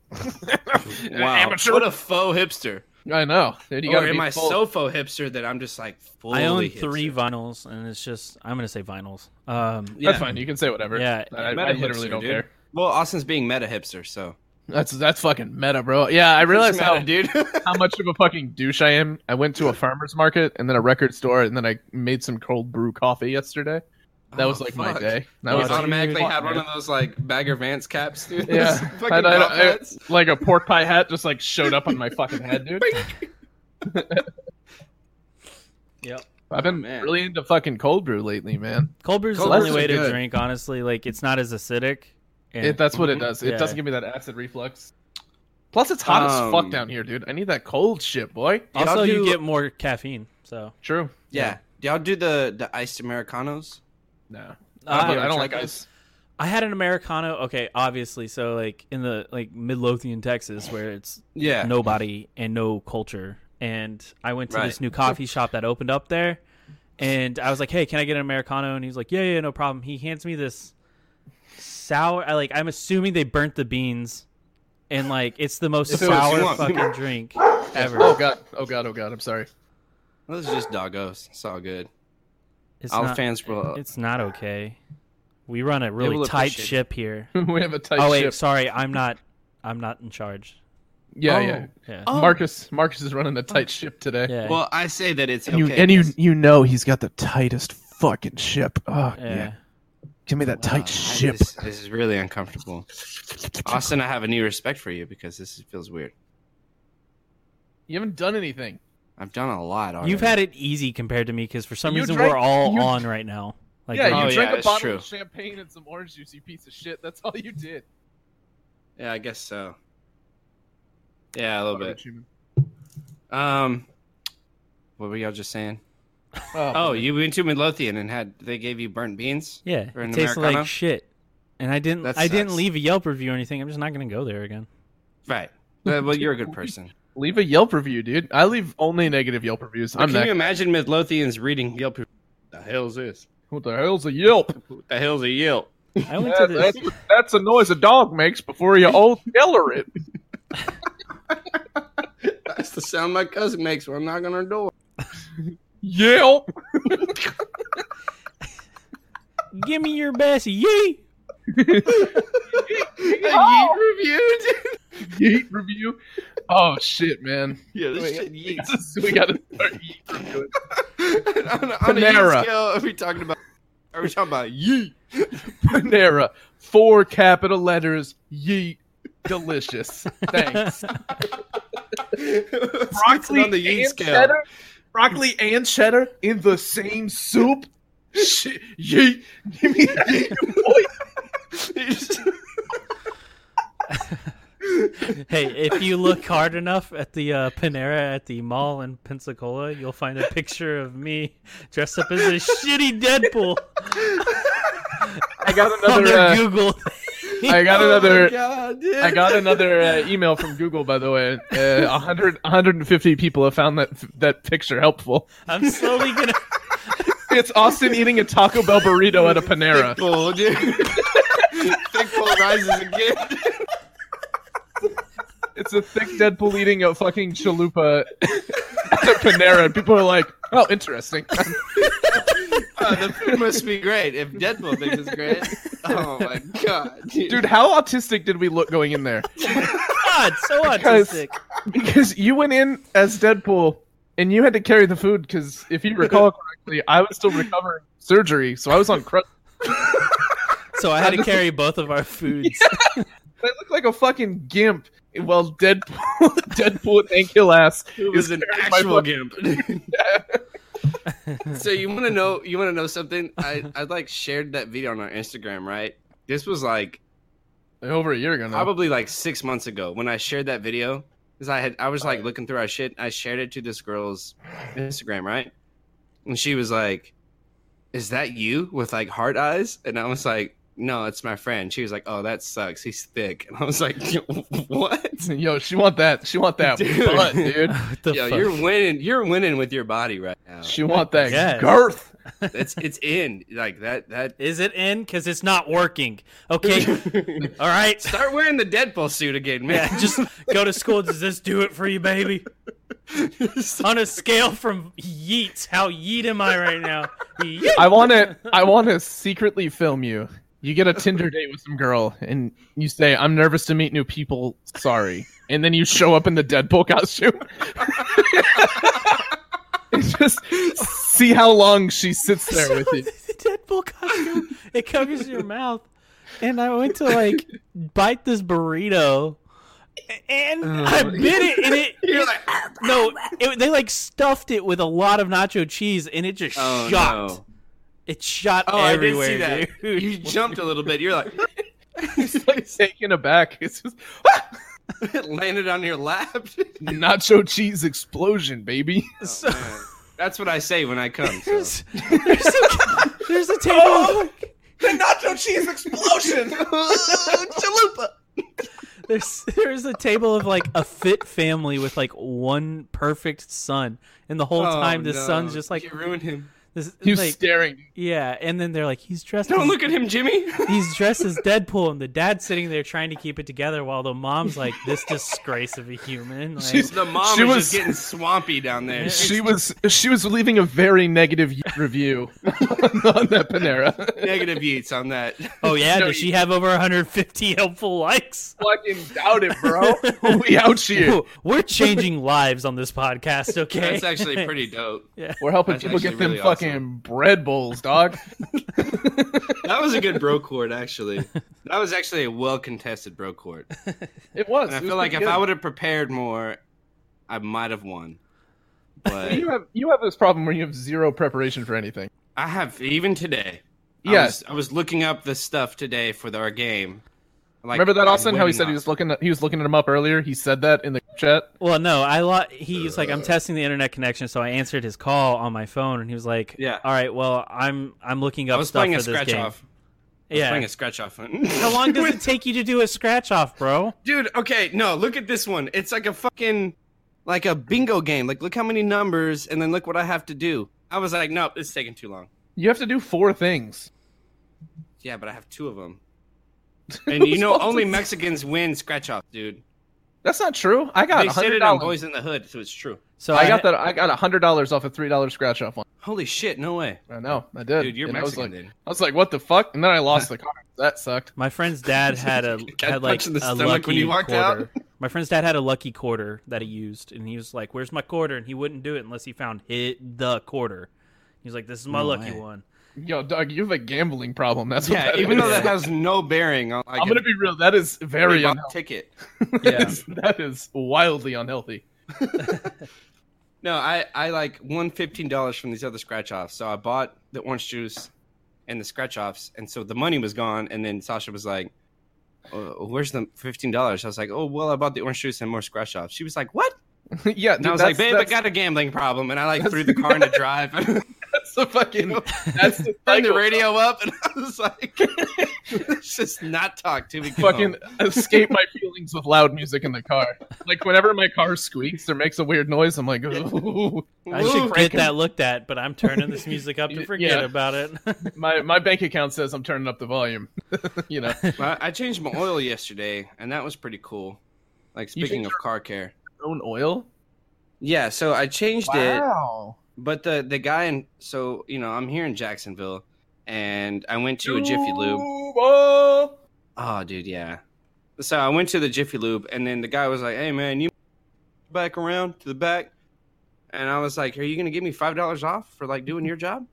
F: Wow,
A: Amateur.
F: what a faux hipster.
A: I know. Dude, you
F: or
A: gotta
F: Oh, am
A: be
F: I
A: full-
F: so faux hipster that I'm just like fully?
C: I own
F: hipster?
C: three vinyls, and it's just I'm gonna say vinyls. Um,
A: That's fine. You can say whatever.
C: Yeah.
A: I,
F: Meta
A: I literally
F: hipster,
A: don't
F: dude.
A: care.
F: Well, Austin's being meta hipster, so
A: That's that's fucking meta, bro. Yeah, I realized
F: It's meta,
A: how
F: dude.
A: how much of a fucking douche I am. I went to a farmer's market and then a record store and then I made some cold brew coffee yesterday. That was
F: Oh,
A: like my
F: fuck.
A: day. That
F: I
A: was
C: it's
A: like,
F: automatically
A: fuck,
F: had one
A: man.
F: of those like Bagger Vance caps, dude.
A: yeah,
F: Those fucking
A: I- I- uh,
F: golf
A: I-
F: hats.
A: like a pork pie hat just like showed up on my fucking head, dude.
C: Yep.
A: I've been
F: man.
A: really into fucking cold brew lately, man.
C: cold brew's
F: Cold
C: the only
F: brews
C: way
F: are
C: to
F: good.
C: drink. Honestly, like it's not as acidic. And
A: It, that's what it does. It
C: Yeah.
A: doesn't give me that acid reflux. Plus, it's hot as
F: Um,
A: fuck down here, dude. I need that cold shit, boy.
C: also,
F: Y'all
C: you
F: do-
C: get more caffeine. So
A: True.
F: Yeah. Do y'all do the the iced americanos?
A: No,
C: Uh,
A: I don't like
F: chocolates?
A: ice.
C: I had an americano. Okay, obviously, so like in the like Midlothian, Texas, where it's
F: Yeah.
C: nobody and no culture. And I went to
F: Right.
C: this new coffee shop that opened up there, and I was like, "Hey, can I get an americano?" And he's like, "Yeah, yeah, no problem." He hands me this sour. I like. I'm assuming they burnt the beans, and like it's the most
F: It's what you
C: sour
F: want.
C: fucking drink ever.
A: Oh god. Oh god. Oh god. I'm sorry.
F: Those are just doggos. It's all good.
C: it's
F: all
C: not,
F: fans will.
C: It's not okay. We run a
F: will
C: really tight
F: appreciate it.
C: ship here.
A: we have a tight
C: Oh wait,
A: ship.
C: sorry, I'm not. I'm not in charge.
A: Yeah, yeah.
C: Yeah.
F: Oh.
A: Marcus, Marcus is running a tight ship today.
C: yeah.
F: Well, I say that it's
A: And Oh. you
F: okay.
A: and you
F: 'cause
A: you know he's got the tightest fucking ship. Oh yeah,
C: yeah.
A: give me that tight
F: I
A: ship.
F: just- this is really uncomfortable. Austin, I have a new respect for you because this feels weird.
A: You haven't done anything.
F: I've done a lot. Already.
C: You've had it easy compared to me because for some
A: You
C: reason
A: drank-
C: we're all
A: you-
C: on right now. Like,
A: yeah,
C: we're-
A: you
F: Oh,
A: drank
F: yeah,
A: a
F: it's
A: bottle
F: true.
A: of champagne and some orange juice. You piece of shit. That's all you did.
F: Yeah, I guess so. Yeah, a little bit.
A: Garbage human.
F: Um, what were y'all just saying?
A: Oh,
F: Oh, you went to Midlothian and had they gave you burnt beans?
C: yeah,
F: Or an
C: it tastes
F: Americano?
C: like shit. And I didn't.
F: That
C: I didn't
F: sucks.
C: leave a Yelp review or anything. I'm just not gonna go there again.
F: Right. Uh, well, you're a good person.
A: leave a Yelp review, dude. I leave only negative Yelp reviews. I'm
F: Can
A: that.
F: you imagine Midlothians reading Yelp? The hell's this?
A: What the hell's a Yelp?
F: What the hell's a Yelp?
C: I went to this.
A: that's a noise a dog makes before you old yeller it.
F: That's the sound my cousin makes when I'm knocking on her door.
A: Yelp.
C: Give me your best, yee.
A: Yeet review. Oh shit, man.
F: Yeah, this
A: Wait,
F: shit yeets.
A: we gotta start yeet reviewing.
F: on, a- on a yeet
A: Panera.
F: scale, are we talking about? Are we talking about yeet?
A: Panera, four capital letters. Yeet. Delicious. Thanks.
F: It's
A: broccoli
F: on the yeet
A: and
F: scale.
A: cheddar, broccoli and cheddar in the same soup. Shit, yeet. Give me that, boy.
C: Hey, if you look hard enough at the uh, Panera at the mall in Pensacola, you'll find a picture of me dressed up as a shitty Deadpool
A: I got
C: on
A: another.
C: their
A: uh,
C: Google.
A: I got another.
F: Oh, God, dude.
A: I got another uh, email from Google, by the way. Uh, 100, 150 people have found that that picture helpful.
C: I'm slowly gonna.
A: It's Austin eating a Taco Bell burrito at a Panera.
F: Bull, dude. Thick bull rises again.
A: It's a thick Deadpool eating a fucking chalupa at a Panera. And people are like, "Oh, interesting."
F: Oh, the food must be great if Deadpool thinks it's great. Oh my god, dude.
A: Dude, how autistic did we look going in there?
C: God, so
A: Because-
C: autistic.
A: Because you went in as Deadpool and you had to carry the food. Because if you recall correctly, I was still recovering surgery, so I was on crutches.
C: So I had to carry both of our foods.
A: I look like a fucking gimp. While Deadpool, Deadpool and Ankyl ass
F: It was an
A: carrying my
F: actual
A: fucking-
F: gimp. so you want to know? You want to know something? I I like shared that video on our Instagram, right? This was like
A: over a year ago now.
F: probably like six months ago when I shared that video because I had I was like looking through our shit. I shared it to this girl's Instagram, right? And she was like, "Is that you with like heart eyes?" And I was like, "No, it's my friend." She was like, "Oh, that sucks. He's thick." And I was like, "What?"
A: Yo, she want that. She want that
F: Dude.
A: butt, dude.
C: What the
F: Yo,
C: fuck?
F: you're winning. You're winning with your body right now.
A: She want that
C: Yes.
A: girth.
F: It's it's in like that that.
C: Is it in? Because it's not working. Okay. All right.
F: Start wearing the Deadpool suit again, man.
C: Yeah, just go to school. Does this do it for you, baby? On a scale from yeets, how yeet am I right now? Yeet.
A: I want to. I want to secretly film you. You get a Tinder date with some girl, and you say, "I'm nervous to meet new people. Sorry." And then you show up in the Deadpool costume. And just see how long she sits there with you.
C: the Deadpool costume. It covers your mouth, and I went to like bite this burrito, and I bit it, and it.
F: Oh. You're like, "Ah,
C: no, it, they like stuffed it with a lot of nacho cheese, and it just
F: oh
C: shot.
F: no.
C: It shot
F: Oh,
C: everywhere,
F: I did see that.
C: dude.
F: You jumped a little bit. You're like,
A: It's like taken aback. It's just
F: it landed on your lap.
A: nacho cheese explosion, baby.
F: Oh,
C: So-
F: That's what I say when I come. so.
C: there's, there's, a, there's a table. of, like,
E: Nacho cheese explosion!
F: Chalupa.
C: There's there's a table of like a fit family with like one perfect son, and the whole
F: Oh,
C: time this
F: no.
C: son's just like
F: you ruined him.
C: This is
A: He's
C: like
A: staring.
C: yeah, and then they're like, he's dressed.
F: Don't
C: as-
F: look at him, Jimmy.
C: He's dressed as Deadpool, and the dad's sitting there trying to keep it together, while the mom's like, "This disgrace of a human." Like,
A: She's-
F: the mom
A: She
F: is
A: was-
F: just getting swampy down there.
A: She was she was leaving a very negative review on that Panera.
F: Negative yeets on that.
C: oh yeah,
A: No,
C: does she
A: you-
C: have over 150 helpful likes?
A: Fucking doubt it, bro. we out here.
C: Whoa, We're changing lives on this podcast. Okay,
F: That's actually pretty dope.
A: We're helping
F: That's
A: people get
F: actually
A: them
F: really
A: fucking bread bowls, dog.
F: That was a good bro court, actually. That was actually a well contested bro court.
A: It was.
F: And I
A: It was
F: feel like
A: pretty
F: if I
A: good.
F: would have prepared more, I might have won. But
A: you have you have this problem where you have zero preparation for anything.
F: I have even today. I
A: Yes.
F: was- I was, looking up the stuff today for the- our game. Like,
A: Remember that,
F: I
A: Austin? How he
F: wouldn't
A: said he
F: know.
A: was looking he was looking at him up earlier. He said that in the chat.
C: Well, no, I lo- he's like I'm
F: Uh.
C: testing the internet connection, so I answered his call on my phone, and he was like,
F: Yeah.
C: all right, well, I'm I'm looking
F: I
C: up
F: was
C: stuff
F: playing
C: for
F: a
C: this
F: scratch
C: game."
F: off. I was
C: Yeah,
F: playing a scratch off.
C: how long does it take you to do a scratch off, bro?
F: Dude, okay, no, look at this one. It's like a fucking like a bingo game. Like look how many numbers and then look what I have to do. I was like, nope, it's taking too long.
A: You have to do four things.
F: Yeah, but I have two of them. And you know only Mexicans win scratch off, dude.
A: That's not true. I got
F: They
A: a
F: said
A: hundred
F: it on
A: dollars.
F: Boys in the Hood, so it's true.
C: So
A: I got that. I got a hundred dollars off a three dollar scratch off one.
F: Holy shit, no way.
A: I know. I did.
F: Dude, you're
A: And I was
F: Mexican
A: like,
F: dude.
A: I was like, what the fuck? And then I lost the car. That sucked.
C: My friend's dad had a
F: Got
C: had like
F: punched in the
C: a
F: stomach
C: lucky
F: when you walked out?
C: quarter. My friend's dad had a lucky quarter that he used, and he was like, "Where's my quarter?" And he wouldn't do it unless he found hit the quarter. He was like, "This is my
F: No
C: lucky
F: way.
C: one."
A: Yo, Doug, you have a gambling problem. That's what
F: Yeah,
A: that
F: even though
A: is.
F: that has no bearing on like
A: I'm gonna be real. That is very
F: a
A: unhealthy.
F: ticket.
A: Yeah. that is wildly unhealthy.
F: No, I, I like won fifteen dollars from these other scratch offs. So I bought the orange juice and the scratch offs, and so the money was gone. And then Sasha was like, "Uh, "Where's the fifteen dollars?" I was like, "Oh well, I bought the orange juice and more scratch offs." She was like, "What?"
A: yeah,
F: And
A: dude,
F: I was
A: that's-
F: like, "Babe, I
A: that's-
F: got a gambling problem," and I like threw the car in the drive and
A: That's the fucking. That's the,
F: turned the
A: cycle.
F: radio up, and I was like, "Let's just not talk to me."
A: Fucking escape my feelings with loud music in the car. Like whenever my car squeaks or makes a weird noise, I'm like, ooh.
C: I should get that looked at, but I'm turning this music up to forget
A: Yeah.
C: about it.
A: My my bank account says I'm turning up the volume. you know,
F: Well, I changed my oil yesterday, and that was pretty cool. Like
A: You
F: speaking
A: changed
F: of car care,
A: own oil.
F: yeah. So I changed it.
A: Wow.
F: But the the guy in so you know I'm here in Jacksonville, and I went to a Jiffy Lube.
A: Lube.
F: Oh, dude, yeah. So I went to the Jiffy Lube, and then the guy was like, "Hey, man, you back around to the back," and I was like, "Are you gonna give me five dollars off for like doing your job?"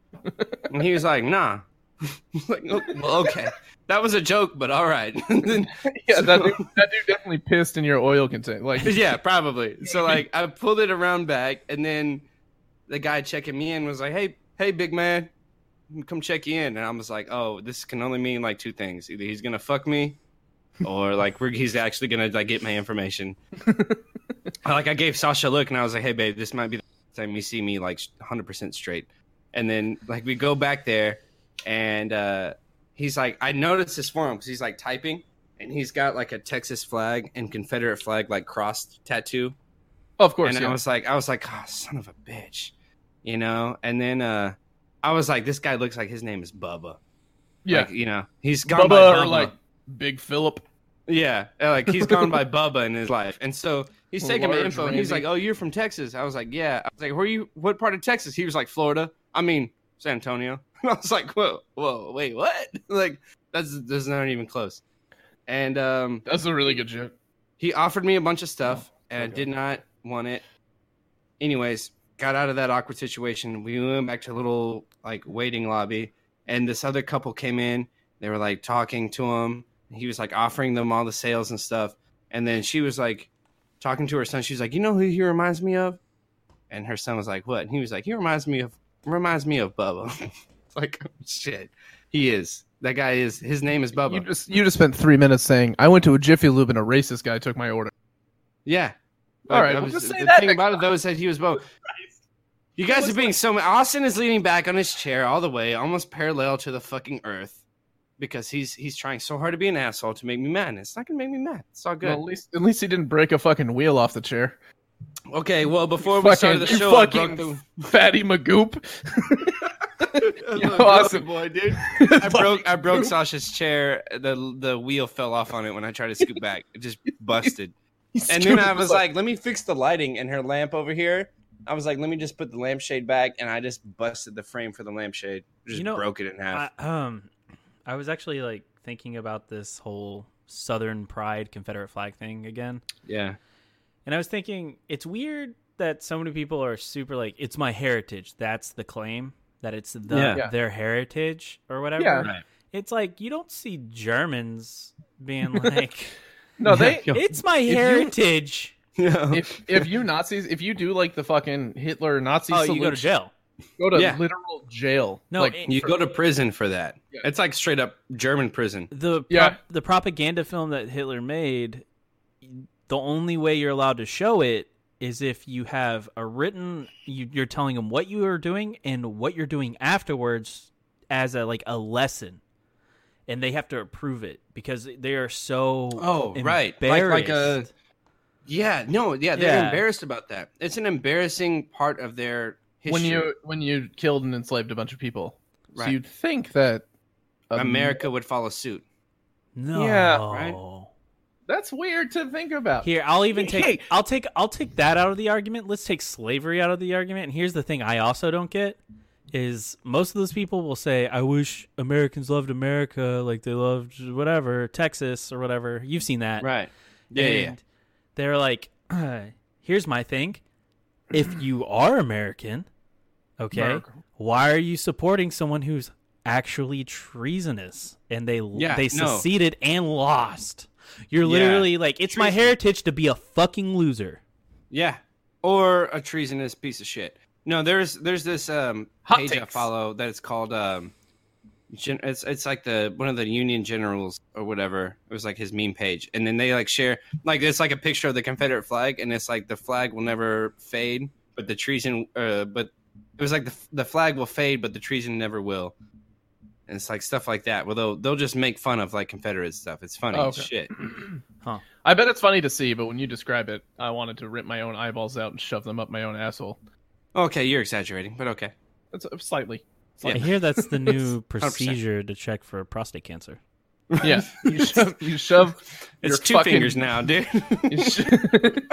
F: and he was like, "Nah." I was like, "Oh, well, okay, that was a joke, but all right.
A: Yeah, that dude, that dude definitely pissed in your oil container. Like,
F: yeah, probably. So like I pulled it around back, and then the guy checking me in was like, "Hey, hey, big man, come check you in." And I was like, "Oh, this can only mean like two things: either he's gonna fuck me, or like we're, he's actually gonna like get my information." like I gave Sasha a look, and I was like, "Hey, babe, this might be the time you see me like 100 percent straight." And then like we go back there, and uh, he's like, "I noticed this for him because he's like typing." And he's got like a Texas flag and Confederate flag like crossed tattoo
A: of course.
F: and
A: yeah.
F: I was like, I was like, oh, son of a bitch, you know. And then uh, I was like, this guy looks like his name is Bubba.
A: yeah.
F: Like, you know, he's gone by
A: Bubba
F: Bubba.
A: or like Big Philip.
F: yeah, uh, like he's gone by Bubba in his life. And so he's
A: Or
F: taking my
A: large
F: info. And he's
A: Randy.
F: like, oh, you're from Texas. I was like, yeah. I was like, where you? What part of Texas? He was like, Florida. I mean, San Antonio. And I was like, whoa, whoa, wait, what? like that's that's not even close. And um,
A: That's a really good joke.
F: He offered me a bunch of stuff, and
A: Oh, okay.
F: I did not want it. Anyways, got out of that awkward situation. We went back to a little like waiting lobby, and this other couple came in. They were like talking to him. He was like offering them all the sales and stuff. And then she was like talking to her son. She was like, "You know who he reminds me of?" And her son was like, "What?" And he was like, "He reminds me of reminds me of Bubba." it's like shit. He is. That guy is. His name is Bubba.
A: You just you just spent three minutes saying I went to a Jiffy Lube and a racist guy took my order.
F: Yeah.
A: All right,
F: I
A: well, just say
F: the
A: that
F: thing
A: next
F: about it though is that he was both. You guys are being so. Austin is leaning back on his chair all the way, almost parallel to the fucking earth, because he's he's trying so hard to be an asshole to make me mad. and It's not gonna make me mad. It's all
A: Well,
F: good.
A: at least at least he didn't break a fucking wheel off the chair.
F: okay. Well, before
A: You
F: we started the
A: fucking- you
F: show, I
A: fucking-
F: broke the-
A: Fatty Magoop. Yo, awesome.
F: boy, dude. I broke I broke Sasha's chair. The the wheel fell off on it when I tried to scoot back. It just busted. and then I was like, let me fix the lighting and her lamp over here. I was like, let me just put the lampshade back, and I just busted the frame for the lampshade. Just
C: You know,
F: broke it in half.
C: I, um, I was actually like thinking about this whole Southern Pride Confederate flag thing again,
F: yeah.
C: and I was thinking it's weird that so many people are super like it's my heritage. That's the claim that it's the
F: Yeah.
A: Yeah.
C: their heritage or whatever.
A: Yeah.
F: Right.
C: It's like you don't see Germans being like
F: Oh,
A: No, they.
C: it's my
A: you-
C: heritage.
F: No.
A: If if you Nazis, if you do like the fucking Hitler Nazi
C: Oh,
A: salute,
C: you go to jail.
A: go to
F: Yeah.
A: literal jail.
C: No,
A: like,
C: it-
F: You go to prison for that.
A: Yeah.
F: It's like straight up German prison.
C: the
A: Yeah.
C: prop- the propaganda film that Hitler made, the only way you're allowed to show it is if you have a written you, you're telling them what you are doing and what you're doing afterwards as a like a lesson, and they have to approve it because they are so
F: Oh, right. Like- like a-
C: embarrassed.
F: Yeah, no, yeah, they're
C: Yeah.
F: embarrassed about that. It's an embarrassing part of their history.
A: when you when you killed and enslaved a bunch of people, so
F: Right.
A: you'd think that um,
F: America would follow suit.
C: no
A: Yeah,
F: right?
A: That's weird to think about.
C: Here, I'll even take
F: Hey.
C: I'll take I'll take that out of the argument. Let's take slavery out of the argument. And here's the thing I also don't get is most of those people will say, I wish Americans loved America like they loved whatever, Texas or whatever. You've seen that.
F: Right. Yeah, yeah, yeah.
C: And they're like, uh, here's my thing. If you are American, okay, why are you supporting someone who's actually treasonous and they
F: Yeah,
C: they
F: no.
C: seceded and lost? You're
F: Yeah.
C: literally like, it's my
F: Treason.
C: heritage to be a fucking loser.
F: Yeah. Or a treasonous piece of shit. No, there's there's this um
A: Hot
F: page I
A: takes.
F: follow that it's called um gen- it's it's like the one of the Union generals or whatever. It was like his meme page. And then they like share like it's like a picture of the Confederate flag and it's like the flag will never fade, but the treason uh but it was like the the flag will fade but the treason never will. And it's like stuff like that. Well, they'll they'll just make fun of like Confederate stuff. It's funny
A: Oh,
F: as
A: okay.
F: shit.
A: I bet it's funny to see, but when you describe it, I wanted to rip my own eyeballs out and shove them up my own asshole.
F: Okay, you're exaggerating, but okay.
A: That's uh, slightly.
C: I
A: slightly.
C: hear that's the new
F: 100%.
C: procedure to check for prostate cancer.
A: Yeah, you shove. You shove
F: It's
A: your
F: two
A: fucking-
F: fingers now, dude.
A: you sho-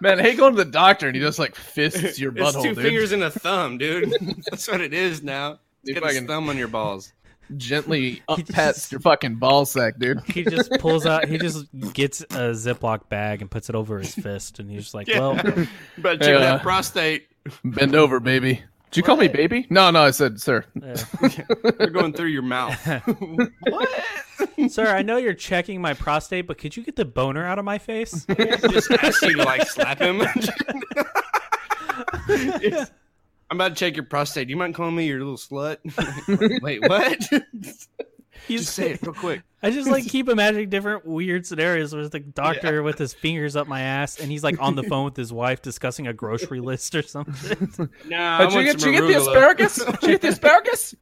A: Man, I hate going to the doctor and he just like fists your butthole,
F: it's two
A: dude.
F: fingers and a thumb, dude. That's what it is now.
A: Dude,
F: Get his
A: fucking
F: thumb on your balls.
A: gently
C: He
A: up
C: just-
A: pats your fucking ball sack, dude.
C: He just pulls out, he just gets a Ziploc bag and puts it over his fist, and he's just like, well,
F: But
A: check that uh,
F: prostate.
A: Bend over, baby. Did you call me baby? No, no, I said sir.
C: uh,
F: They're going through your mouth. what?
C: Sir, I know you're checking my prostate, but could you get the boner out of my face?
F: Just ask you to like slap him. It's- I'm about to check your prostate. Do you mind calling me your little slut? Wait, what?
C: He's,
F: Just say it real quick.
C: I just like keep imagining different weird scenarios where it's the doctor with his fingers up my ass and he's like on the phone with his wife discussing a grocery list or something.
F: No,
A: Uh, did you get, did you get the asparagus? did you get the asparagus?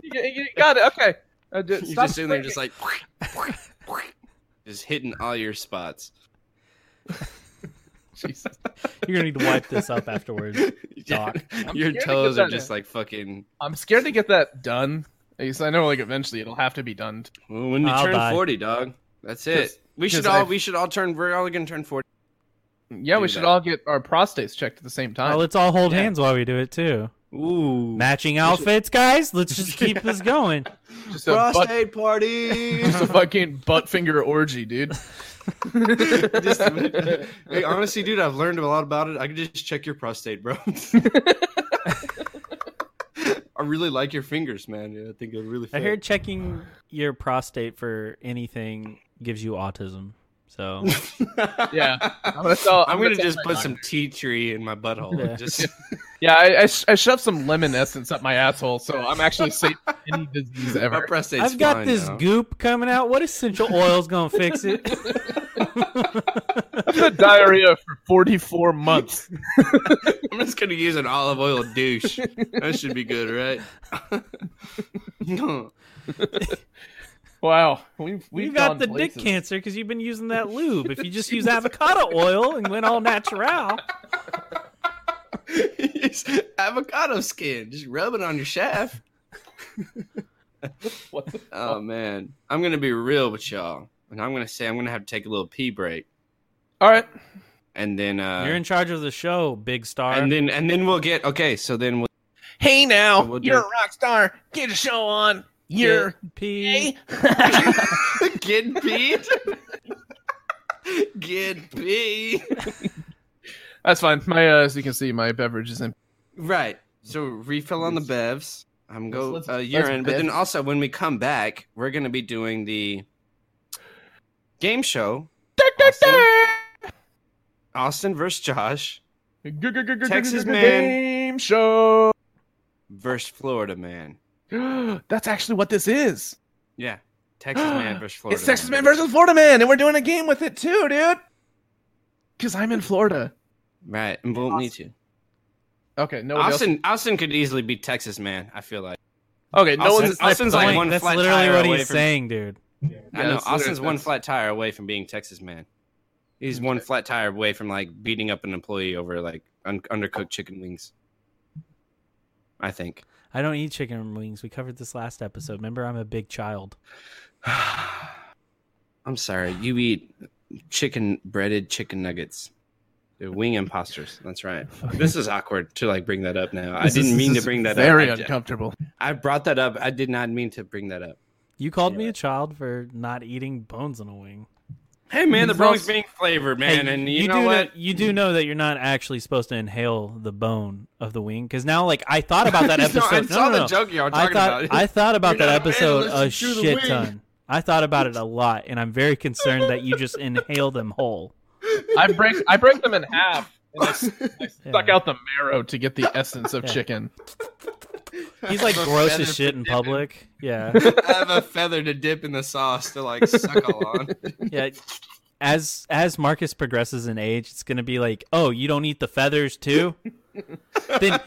A: You, you got it. Okay. Uh, d-
F: You're
A: stop
F: just sitting there, just
A: screaming.
F: like, just hitting all your spots.
A: Jesus.
C: You're gonna need to wipe this up afterwards.
F: Uh,
C: Doc.
F: Your
A: scared to
F: toes
A: get
F: are
A: that-
F: just like fucking.
A: I'm scared to get that done. At least I know, like, eventually it'll have to be done.
F: Well, when you
C: I'll
F: turn
C: die.
F: forty, dog, that's it.
A: Just-
F: we should
A: just
F: all
A: I've-
F: we should all turn. We're all gonna turn forty.
A: Yeah, we
F: Do
A: should
F: that.
A: all get our prostates checked at the same
C: Oh,
A: time.
C: let's all hold
F: Yeah.
C: hands while we do it too.
F: Ooh,
C: Matching outfits, guys. Let's just keep this going.
A: just, a butt,
F: prostate party.
A: just a fucking butt finger orgy, dude.
F: Just- hey, honestly, dude, I've learned a lot about it. I could just check your prostate, bro. I really like your fingers, man. Yeah, I think they're really.
C: I
F: fit.
C: heard checking your prostate for anything gives you autism. So
A: Yeah. I'm gonna tell- I'm
F: I'm,
A: gonna
F: gonna,
A: tell
F: just
A: my
F: put
A: doctor.
F: some tea tree in my butthole.
C: Yeah.
F: Just
A: Yeah, I, I, sh- I shoved some lemon essence up my asshole, so I'm actually safe from any disease
F: my
A: ever.
F: prostate's
C: I've got
F: fine
C: this
F: now.
C: goop coming out. What essential oil's gonna fix it?
A: I've had diarrhea for 44 months.
F: I'm just gonna use an olive oil douche. that should be good, right? No.
A: Wow. We've, we've
C: you got
A: gone
C: the
A: places.
C: dick cancer because you've been using that lube. If you just use avocado oil and went all natural,
F: It's avocado skin. Just rub it on your shaft.
A: What the
F: Oh man, I'm gonna be real with y'all, and I'm gonna say I'm gonna have to take a little pee break,
A: All right.
F: and then uh,
C: You're in charge of the show, big star.
F: and then and then we'll get okay. So then we'll
E: Hey now,
F: We'll do
E: you're
F: it.
E: a rock star. Get a show on.
C: Get
E: You're
C: pee.
F: get beat. get beat.
A: That's fine. My uh, as you can see, my beverage is in.
F: Right. So refill on the bevs. I'm go
A: let's-
F: uh,
A: let's
F: urine, but then
A: bev.
F: also when we come back, we're gonna be doing the game show. Austin, Austin versus Josh Texas man.
A: game show.
F: versus Florida man.
A: That's actually what this is.
F: Yeah, Texas man versus Florida.
A: It's Texas Man versus Florida Man, and we're doing a game with it too, dude. Because I'm in Florida.
F: Right, and we'll need to.
A: Okay, no one
F: Austin, Austin could easily be Texas man. I feel like.
A: else. Okay, no
F: Austin-
A: one's.
F: Austin's like
C: Like,
F: one
C: that's
F: flat
C: literally
F: tire
C: what
F: away
C: he's
F: from-
C: saying, dude.
A: Yeah,
F: I know
A: that's
F: Austin's one
A: that's-
F: flat tire away from being Texas man. He's one flat tire away from like beating up an employee over like un- undercooked chicken wings. I think.
C: I don't eat chicken wings. We covered this last episode. Remember, I'm a big child.
F: I'm sorry. You eat chicken breaded chicken nuggets. They're wing imposters. That's right. This is awkward to like bring that up now.
A: this
F: I didn't
A: is-
F: mean
A: this
F: to
A: is
F: bring that
A: Very
F: up. I-
A: uncomfortable.
F: I brought that up. I did not mean to bring that up.
C: You called me a child for not eating bones in a wing.
F: Hey man, the
A: It's
F: bro's
A: also-
F: being flavored, man,
C: Hey,
F: and you, know
C: do
F: what?
C: you do know that you're not actually supposed to inhale the bone of the wing because now, like, I thought about that
F: No,
C: episode.
F: I
C: no,
F: saw
C: no, no.
F: the joke y'all
C: I
F: talking
C: thought
F: about.
C: I thought about that
F: You're not a man
C: episode
F: unless
C: a
F: you chew the
C: shit
F: wing.
C: ton. I thought about it a lot, and I'm very concerned that you just inhale them whole.
A: I break I break them in half. And I, s- I suck
C: Yeah.
A: out the marrow to get the essence of
C: Yeah.
A: chicken.
C: He's like
F: A
C: gross
F: feather
C: as shit
F: for
C: in
F: dipping.
C: public. Yeah,
F: I have a feather to dip in the sauce to like suckle on.
C: yeah. As as Marcus progresses in age, it's gonna be like, oh, you don't eat the feathers too. then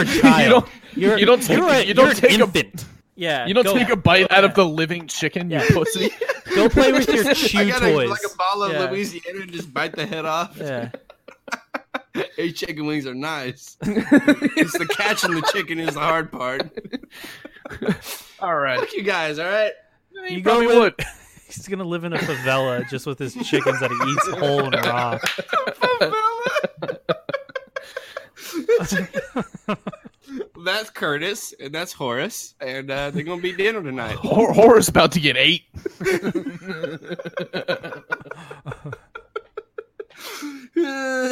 C: a child.
A: don't-
C: you're,
A: you don't take-
C: you're a,
A: you don't
C: you're
A: take a-
C: an infant. yeah,
A: You don't
C: go,
A: take a bite out of the living chicken, you
C: Yeah.
A: pussy.
C: go play with your chew toys.
F: ball
C: Yeah.
F: Louisiana and just bite the head off.
C: yeah,
F: Hey, chicken wings are nice. it's the catching the chicken is the hard part.
A: All right.
F: Fuck you guys, all right?
C: you go
A: probably
C: live-
A: would.
C: He's gonna live in a favela just with his chickens that he eats whole and raw.
F: that's Curtis and that's Horace, and uh, they're gonna be dinner tonight.
A: Hor- Horace about to get eight.
C: All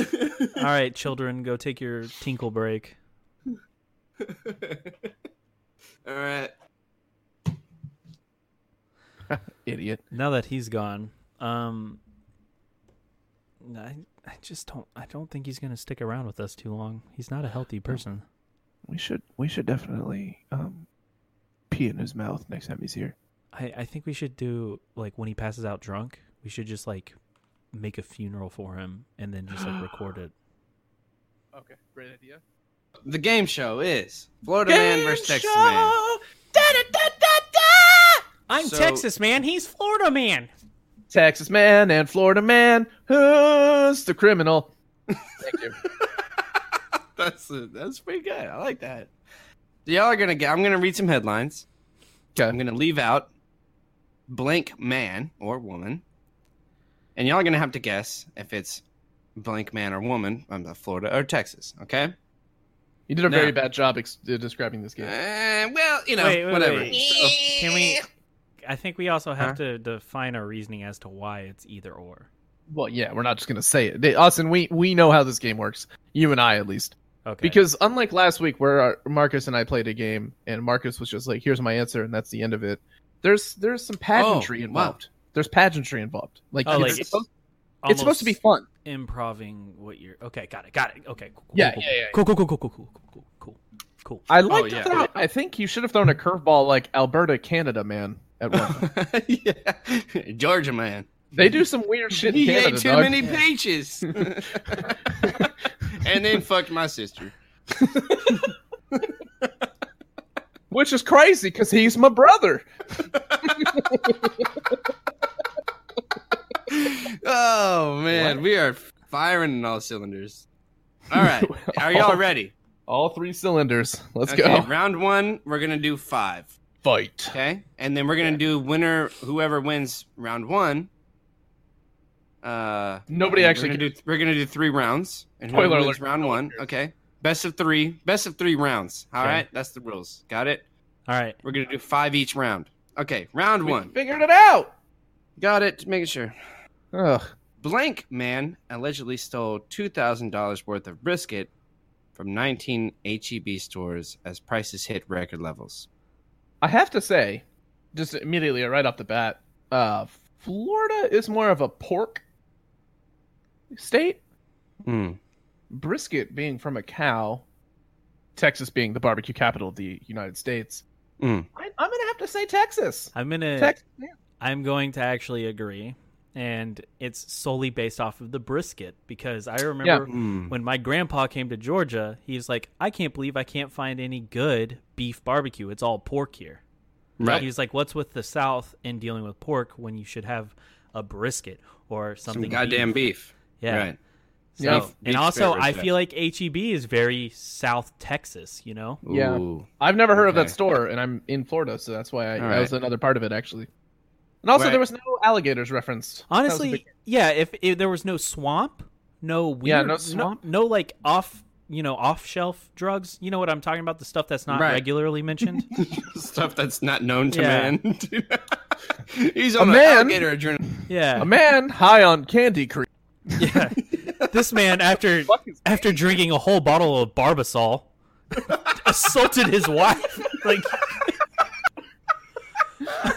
C: right, children, go take your tinkle break.
F: all right.
A: Idiot.
C: Now that he's gone, um, I, I just don't. I don't think he's gonna stick around with us too long. He's not a healthy person.
A: We should we should definitely um pee in his mouth next time he's here.
C: I, I think we should do like when he passes out drunk. We should just like make a funeral for him and then just like record it.
A: Okay, great idea.
F: The game show is Florida Man versus Texas Man.
C: I'm
F: So-
C: Texas man. He's Florida man.
A: Texas man and Florida man, who's the criminal? Thank you.
F: That's that's pretty good. I like that. Y'all are gonna get. I'm gonna read some headlines. I'm
A: Okay.
F: gonna leave out blank man or woman, and y'all are gonna have to guess if it's blank man or woman from the Florida or Texas. Okay.
A: You did a
F: Now-
A: very bad job ex- uh, describing this game.
F: Uh, well, you know,
C: Wait, wait,
F: whatever. Eh.
C: wait. Can we? I think we also have
F: Huh?
C: to define our reasoning as to why it's either or.
A: Well, yeah, we're not just gonna say it. They, Austin, we we know how this game works. You and I, at least,
C: Okay.
A: because unlike last week where our, Marcus and I played a game, and Marcus was just like, "Here's my answer," and that's the end of it. There's there's some pageantry
F: wow.
A: involved. There's pageantry involved. Oh, Like,
C: Oh,
A: it's,
C: like-
A: supposed, it's supposed to be fun.
C: improving what you're. Okay, got it, got it. Okay, cool, cool,
A: Yeah,
C: cool,
A: yeah, yeah.
C: cool, cool, cool, cool, cool, cool, cool, cool, cool.
A: I like.
F: Oh,
A: to
F: yeah.
A: throw- I think you should have thrown a curveball like Alberta, Canada, man. At one, point.
C: oh.
F: yeah. Georgia man.
A: they do some weird shit. In
F: He
A: Canada,
F: ate too
A: dog.
F: many peaches, and then fucked my sister.
A: which is crazy because he's my brother.
F: Oh man, we are firing on all cylinders. All right, are y'all ready?
A: All three cylinders. Let's
F: okay,
A: go.
F: Round one, we're gonna do five.
E: Fight.
F: Okay, and then we're gonna do winner whoever wins round one. Uh,
A: Nobody
F: we're
A: actually
F: gonna
A: cares.
F: do. We're gonna do three rounds. And whoever
A: Spoiler
F: wins
A: alert,
F: Round
A: no one
F: one.
A: cares.
F: Okay, best of three. Best of three rounds. All right,
C: Okay.
F: that's the rules. Got it.
C: All right.
F: We're gonna do five each round. Okay, round
A: We
F: one.
A: figured it out.
F: Got it. Making sure.
A: Ugh.
F: Blank man allegedly stole two thousand dollars worth of brisket from nineteen HEB stores as prices hit record levels.
A: I have to say, just immediately right off the bat, uh, Florida is more of a pork state.
F: Hmm.
A: Brisket being from a cow, Texas being the barbecue capital of the United States.
F: Mm.
A: I, I'm gonna have to say Texas.
C: I'm gonna.
A: Texas.
C: I'm going to actually agree, and it's solely based off of the brisket because I remember
F: Hmm.
C: when my grandpa came to Georgia, he's like, I can't believe I can't find any good beef barbecue. It's all pork here.
F: Right.
C: He's like, What's with the South and dealing with pork when you should have a brisket or something?
F: Some goddamn beef.
C: Yeah.
F: Right.
C: So,
A: Yeah.
F: Beef- beef
C: and also,
F: favors
C: I
F: that.
C: feel like HEB is very South Texas, you know?
A: Yeah.
F: Ooh.
A: I've never heard of
F: Okay.
A: that store, and I'm in Florida, so that's why I,
F: All
A: that was another part of it actually. And also,
F: Right.
A: there was no alligators referenced. That was a
C: Honestly,
A: big-
C: yeah, if, if there was no swamp, no weird,
A: Yeah, no
C: no,
A: swamp.
C: no, like off, you know, off shelf drugs, you know what I'm talking about? The stuff that's not
F: Right.
C: regularly mentioned.
F: Stuff that's not known to
C: Yeah.
F: man. He's on
A: A
F: a
A: man-
F: alligator adrenaline.
C: yeah.
A: a man high on candy cream.
C: Yeah. this man after
A: Fuck is-
C: after drinking a whole bottle of Barbasol assaulted his wife. Like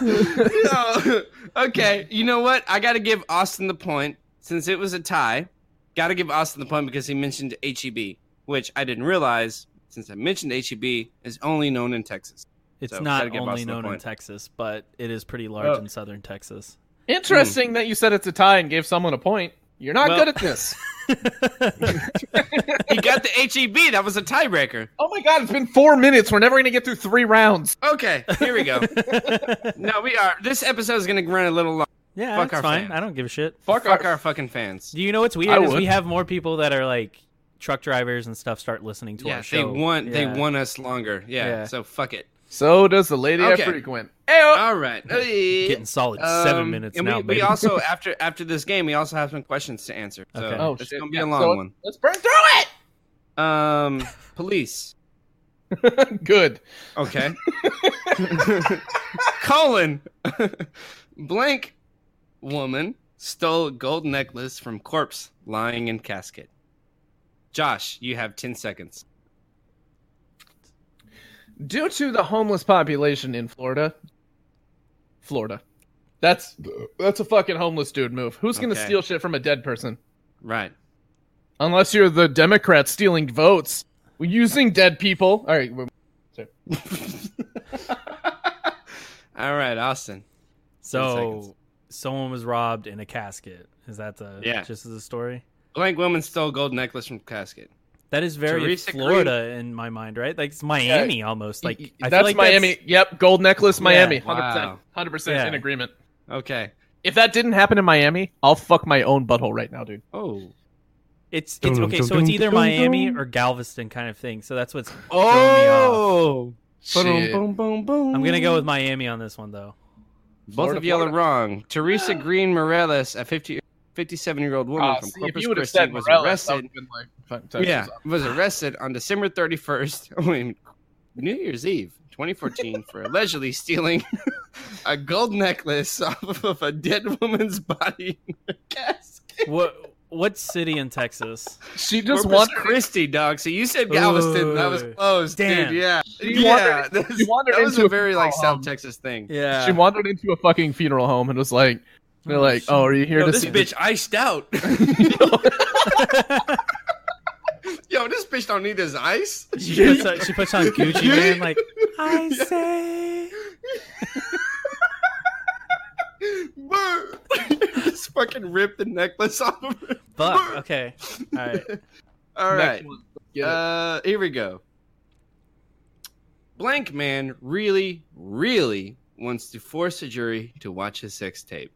F: No. okay, you know what? I got to give Austin the point since it was a tie. Got to give Austin the point because he mentioned HEB, which I didn't realize since I mentioned HEB is only known in Texas.
C: it's
F: So, gotta
C: not
F: give
C: only
F: Austin a
C: known in
F: point. Oh.
C: Texas, but it is pretty large in southern Texas.
A: Interesting that you said it's a tie and gave someone a point. You're not
F: Well-
A: good at this.
F: He got the HEB. That was a tiebreaker.
A: oh my god, it's been four minutes. We're never gonna get through three rounds.
F: Okay, here we go. no, we are. This episode is going to run a little long.
C: Yeah,
F: Fuck
C: it's
F: our
C: fine.
F: fans.
C: I don't give a shit.
F: Fuck,
A: our-
F: our, fucking fans.
C: Do you know what's
A: I
C: weird is
A: would.
C: we have more people that are like truck drivers and stuff start listening to
F: Yeah,
C: our show.
F: they want they
C: Yeah.
F: want us longer. Yeah,
C: Yeah.
F: so fuck it.
A: So does the lady
F: Okay. Uh,
A: I frequent. Ayo.
F: All right.
C: getting solid
F: Um,
C: seven minutes
F: and
C: now.
F: we,
C: baby.
F: we also after after this game, we also have some questions to answer. So
C: Okay.
A: Oh,
F: it's
A: shit.
F: gonna be
A: Yeah,
F: a long
A: so
F: one.
A: Let's burn through
F: Um, police.
A: it. good.
F: Okay. Colon. Blank woman stole gold necklace from corpse lying in casket. Josh, you have ten seconds.
A: Due to the homeless population in Florida, Florida, that's that's a fucking homeless dude move. Who's gonna
F: Okay.
A: steal shit from a dead person?
F: Right.
A: Unless you're the Democrats stealing votes, using dead people. All right, w-
F: All right, Austin.
C: so
F: seconds.
C: someone was robbed in a casket. Is that the
F: Yeah.
C: just the story?
F: Blank woman stole gold necklace from casket.
C: That is very
F: Teresa Green-
C: Florida in my mind, right? Like it's Miami almost. Like I feel
A: that's
C: like
A: Miami. Yep, gold necklace, Miami. Hundred
F: wow.
A: percent, hundred percent
C: Yeah.
A: in agreement.
F: Okay.
A: If that didn't happen in Miami, I'll fuck my own butthole right now, dude.
F: Oh.
C: It's it's okay. So it's either Miami or Galveston kind of thing. So that's what's.
F: Oh.
A: Shit.
C: I'm gonna go with Miami on this one though.
F: Both
A: Florida,
F: of y'all
A: Florida.
F: are wrong. Teresa Green Morales, a 50, 57 year old woman
A: Ah,
F: from
A: see, if
F: Corpus
A: you would have
F: Christi,
A: said
F: was
A: Morales, I
F: arrested.
A: would've been like, fuck, Texas.
F: Yeah, was arrested on December 31st, I mean, New Year's Eve, 2014, for allegedly stealing a gold necklace off of a dead woman's body. in a casket.
C: What what city in Texas?
A: she just
F: Corpus
A: wanted.
F: Christi, dog. So you said Galveston, that was
C: Ooh.
F: close,
C: Damn.
F: dude. Yeah,
A: She
F: yeah.
A: wandered-
F: that's-
A: she wandered
F: that was
A: into um,
F: a
A: a
F: very like
A: funeral
F: South
A: home.
F: Texas thing.
C: Yeah.
A: She wandered into a fucking funeral home and was like, "They're like, oh, are you here
F: Yo,
A: to
F: this
A: see
F: bitch iced out. Yo, this bitch don't need this ice.
C: she puts on, she puts on Gucci man like I say.
F: Brr. Just fucking rip the necklace off of her.
C: Fuck. Okay. All right.
F: All
A: Next
F: right.
A: one. Get it.
F: Uh, here we go. Blank man really, really wants to force a jury to watch his sex tape.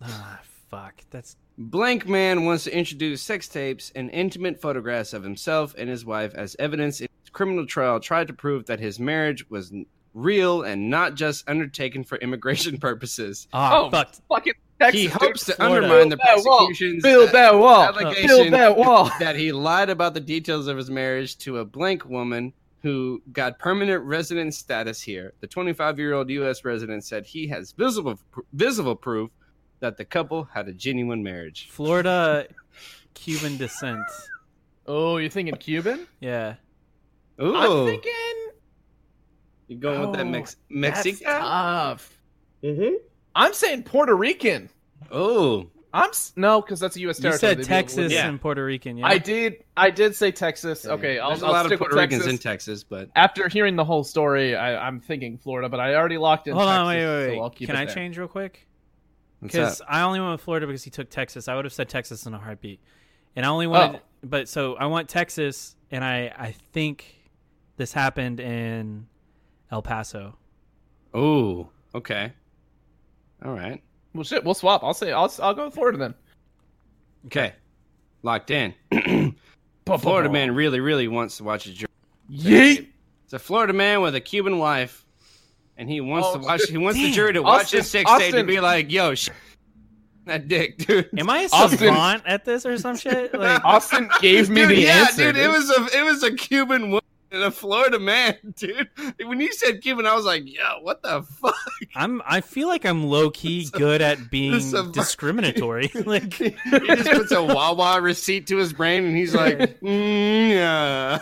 C: Ah, fuck. That's
F: Blank man wants to introduce sex tapes and intimate photographs of himself and his wife as evidence in his criminal trial tried to prove that his marriage was n- real and not just undertaken for immigration purposes.
C: Ah,
E: Oh.
C: fucked.
E: Fucking Texas.
F: He hopes to
C: Florida.
F: undermine the
E: Build that wall.
F: prosecution's
B: Build that wall.
F: allegation
B: Build that wall.
F: that he lied about the details of his marriage to a blank woman who got permanent resident status here. The 25-year-old U.S. resident said he has visible visible proof that the couple had a genuine marriage.
C: Florida Cuban descent.
A: Oh, you're thinking Cuban?
C: Yeah.
F: Ooh,
B: I'm thinking
F: you going with that Mex-
A: Oh,
F: Mexica?
A: Tough.
F: Mm-hmm.
A: I'm saying Puerto Rican.
F: Oh,
A: I'm s- no, because that's a U.S.
C: You
A: territory.
C: said
A: They'd be able to-
C: Texas
A: Yeah.
C: and Puerto Rican. Yeah.
A: I did. I did say Texas. Okay, I'll,
F: there's
A: I'll
F: a lot
A: stick
F: of Puerto
A: with
F: Ricans
A: Texas.
F: in Texas, but
A: After hearing the whole story, I, I'm thinking Florida, but I already locked in.
C: Hold
A: Texas,
C: on, wait, wait, wait.
A: So I'll keep
C: Can
A: it
C: I
A: there.
C: change real quick?
F: what's
C: Because
F: up?
C: I only went with Florida because he took Texas. I would have said Texas in a heartbeat. And I only
A: Oh.
C: wanted, but so I want Texas, and I I think this happened in El Paso.
F: oh, okay, all right,
A: Well, shit, we'll swap. I'll say I'll I'll go with Florida then.
F: okay, locked in. Florida man really, really wants to watch a Jer-
A: Yeet.
F: It's a Florida man with a Cuban wife, and he wants
A: Oh,
F: to watch.
A: shit.
F: He wants
A: Damn.
F: the jury to watch
A: Austin,
F: his sex tape
A: Austin.
F: and be like, "Yo, sh- that dick, dude."
C: Am I a
A: Austin-
C: savant at this or some shit? Like,
A: Austin gave me
F: Dude,
A: the
F: yeah,
A: answer.
F: dude, It was a it was a Cuban woman and a Florida man, dude. When you said Cuban, I was like, "Yo, what the fuck?"
C: I'm I feel like I'm low key good at being
F: savant.
C: discriminatory. like,
F: he just puts a Wawa receipt to his brain, and he's like, mm, "Yeah."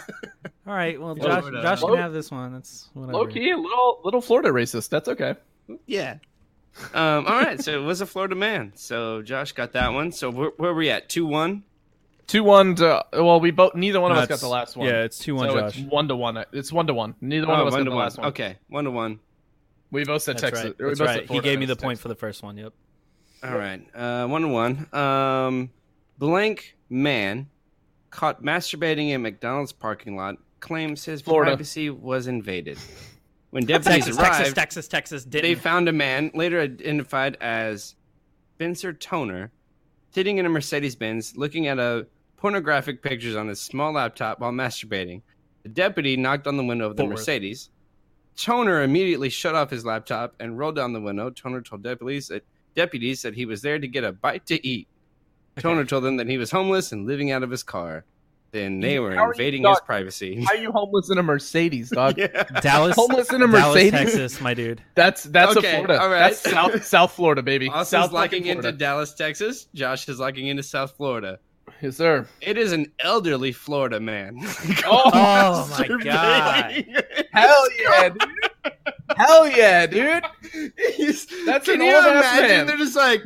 C: all right, well, Josh,
F: Florida.
C: Josh can
A: Low-
C: have this one. That's whatever.
A: low key, little little Florida racist. That's okay.
F: Yeah. Um, all right, so it was a Florida man. So Josh got that one. So where, where are we at? Two one.
A: Two one to well, we both neither one of us got
C: That's-
A: the last one.
C: Yeah, it's two one,
A: so
C: Josh.
A: it's one to one. It's one to one. Neither one of us got the last one.
F: Okay, Oh, one to one.
A: We both said
C: That's
A: Texas.
C: right.
A: or we
C: That's
A: both
C: right.
A: said
C: He
A: Florida.
C: gave me
A: That's
C: the point
A: Texas.
C: for the first one. Yep.
F: All right, uh, one to one. Um, blank man caught masturbating in McDonald's parking lot claims his
A: Florida.
F: privacy was invaded. When deputies
C: Texas, Texas,
F: arrived,
C: Texas, Texas.
F: they
C: Didn't.
F: found a man later identified as Spencer Toner sitting in a Mercedes Benz looking at a pornographic pictures on his small laptop while masturbating. The deputy knocked on the window of the
C: Fort Worth.
F: Mercedes. Toner immediately shut off his laptop and rolled down the window. Toner told deputies that deputies that he was there to get a bite to eat. Toner told them that he was homeless and living out of his car. Then they were
A: How are you
F: invading
A: not-
F: his privacy.
A: Why are you homeless in a Mercedes, dog?
F: yeah.
C: Dallas,
A: Homeless in a
C: Dallas,
A: Mercedes?
C: Texas, my dude.
A: That's that's
F: Okay,
A: a Florida.
F: all right.
A: That's South South Florida, baby.
F: Austin's
A: South
F: locking
A: fucking
F: into
A: Florida.
F: Dallas, Texas. Josh is locking into South Florida.
A: Yes, sir.
F: It is an elderly Florida man.
C: Oh my god!
A: Hell yeah, dude. Hell yeah, dude. That's
F: That's Can
A: an
F: you
A: old-ass
F: imagine?
A: man.
F: They're just like,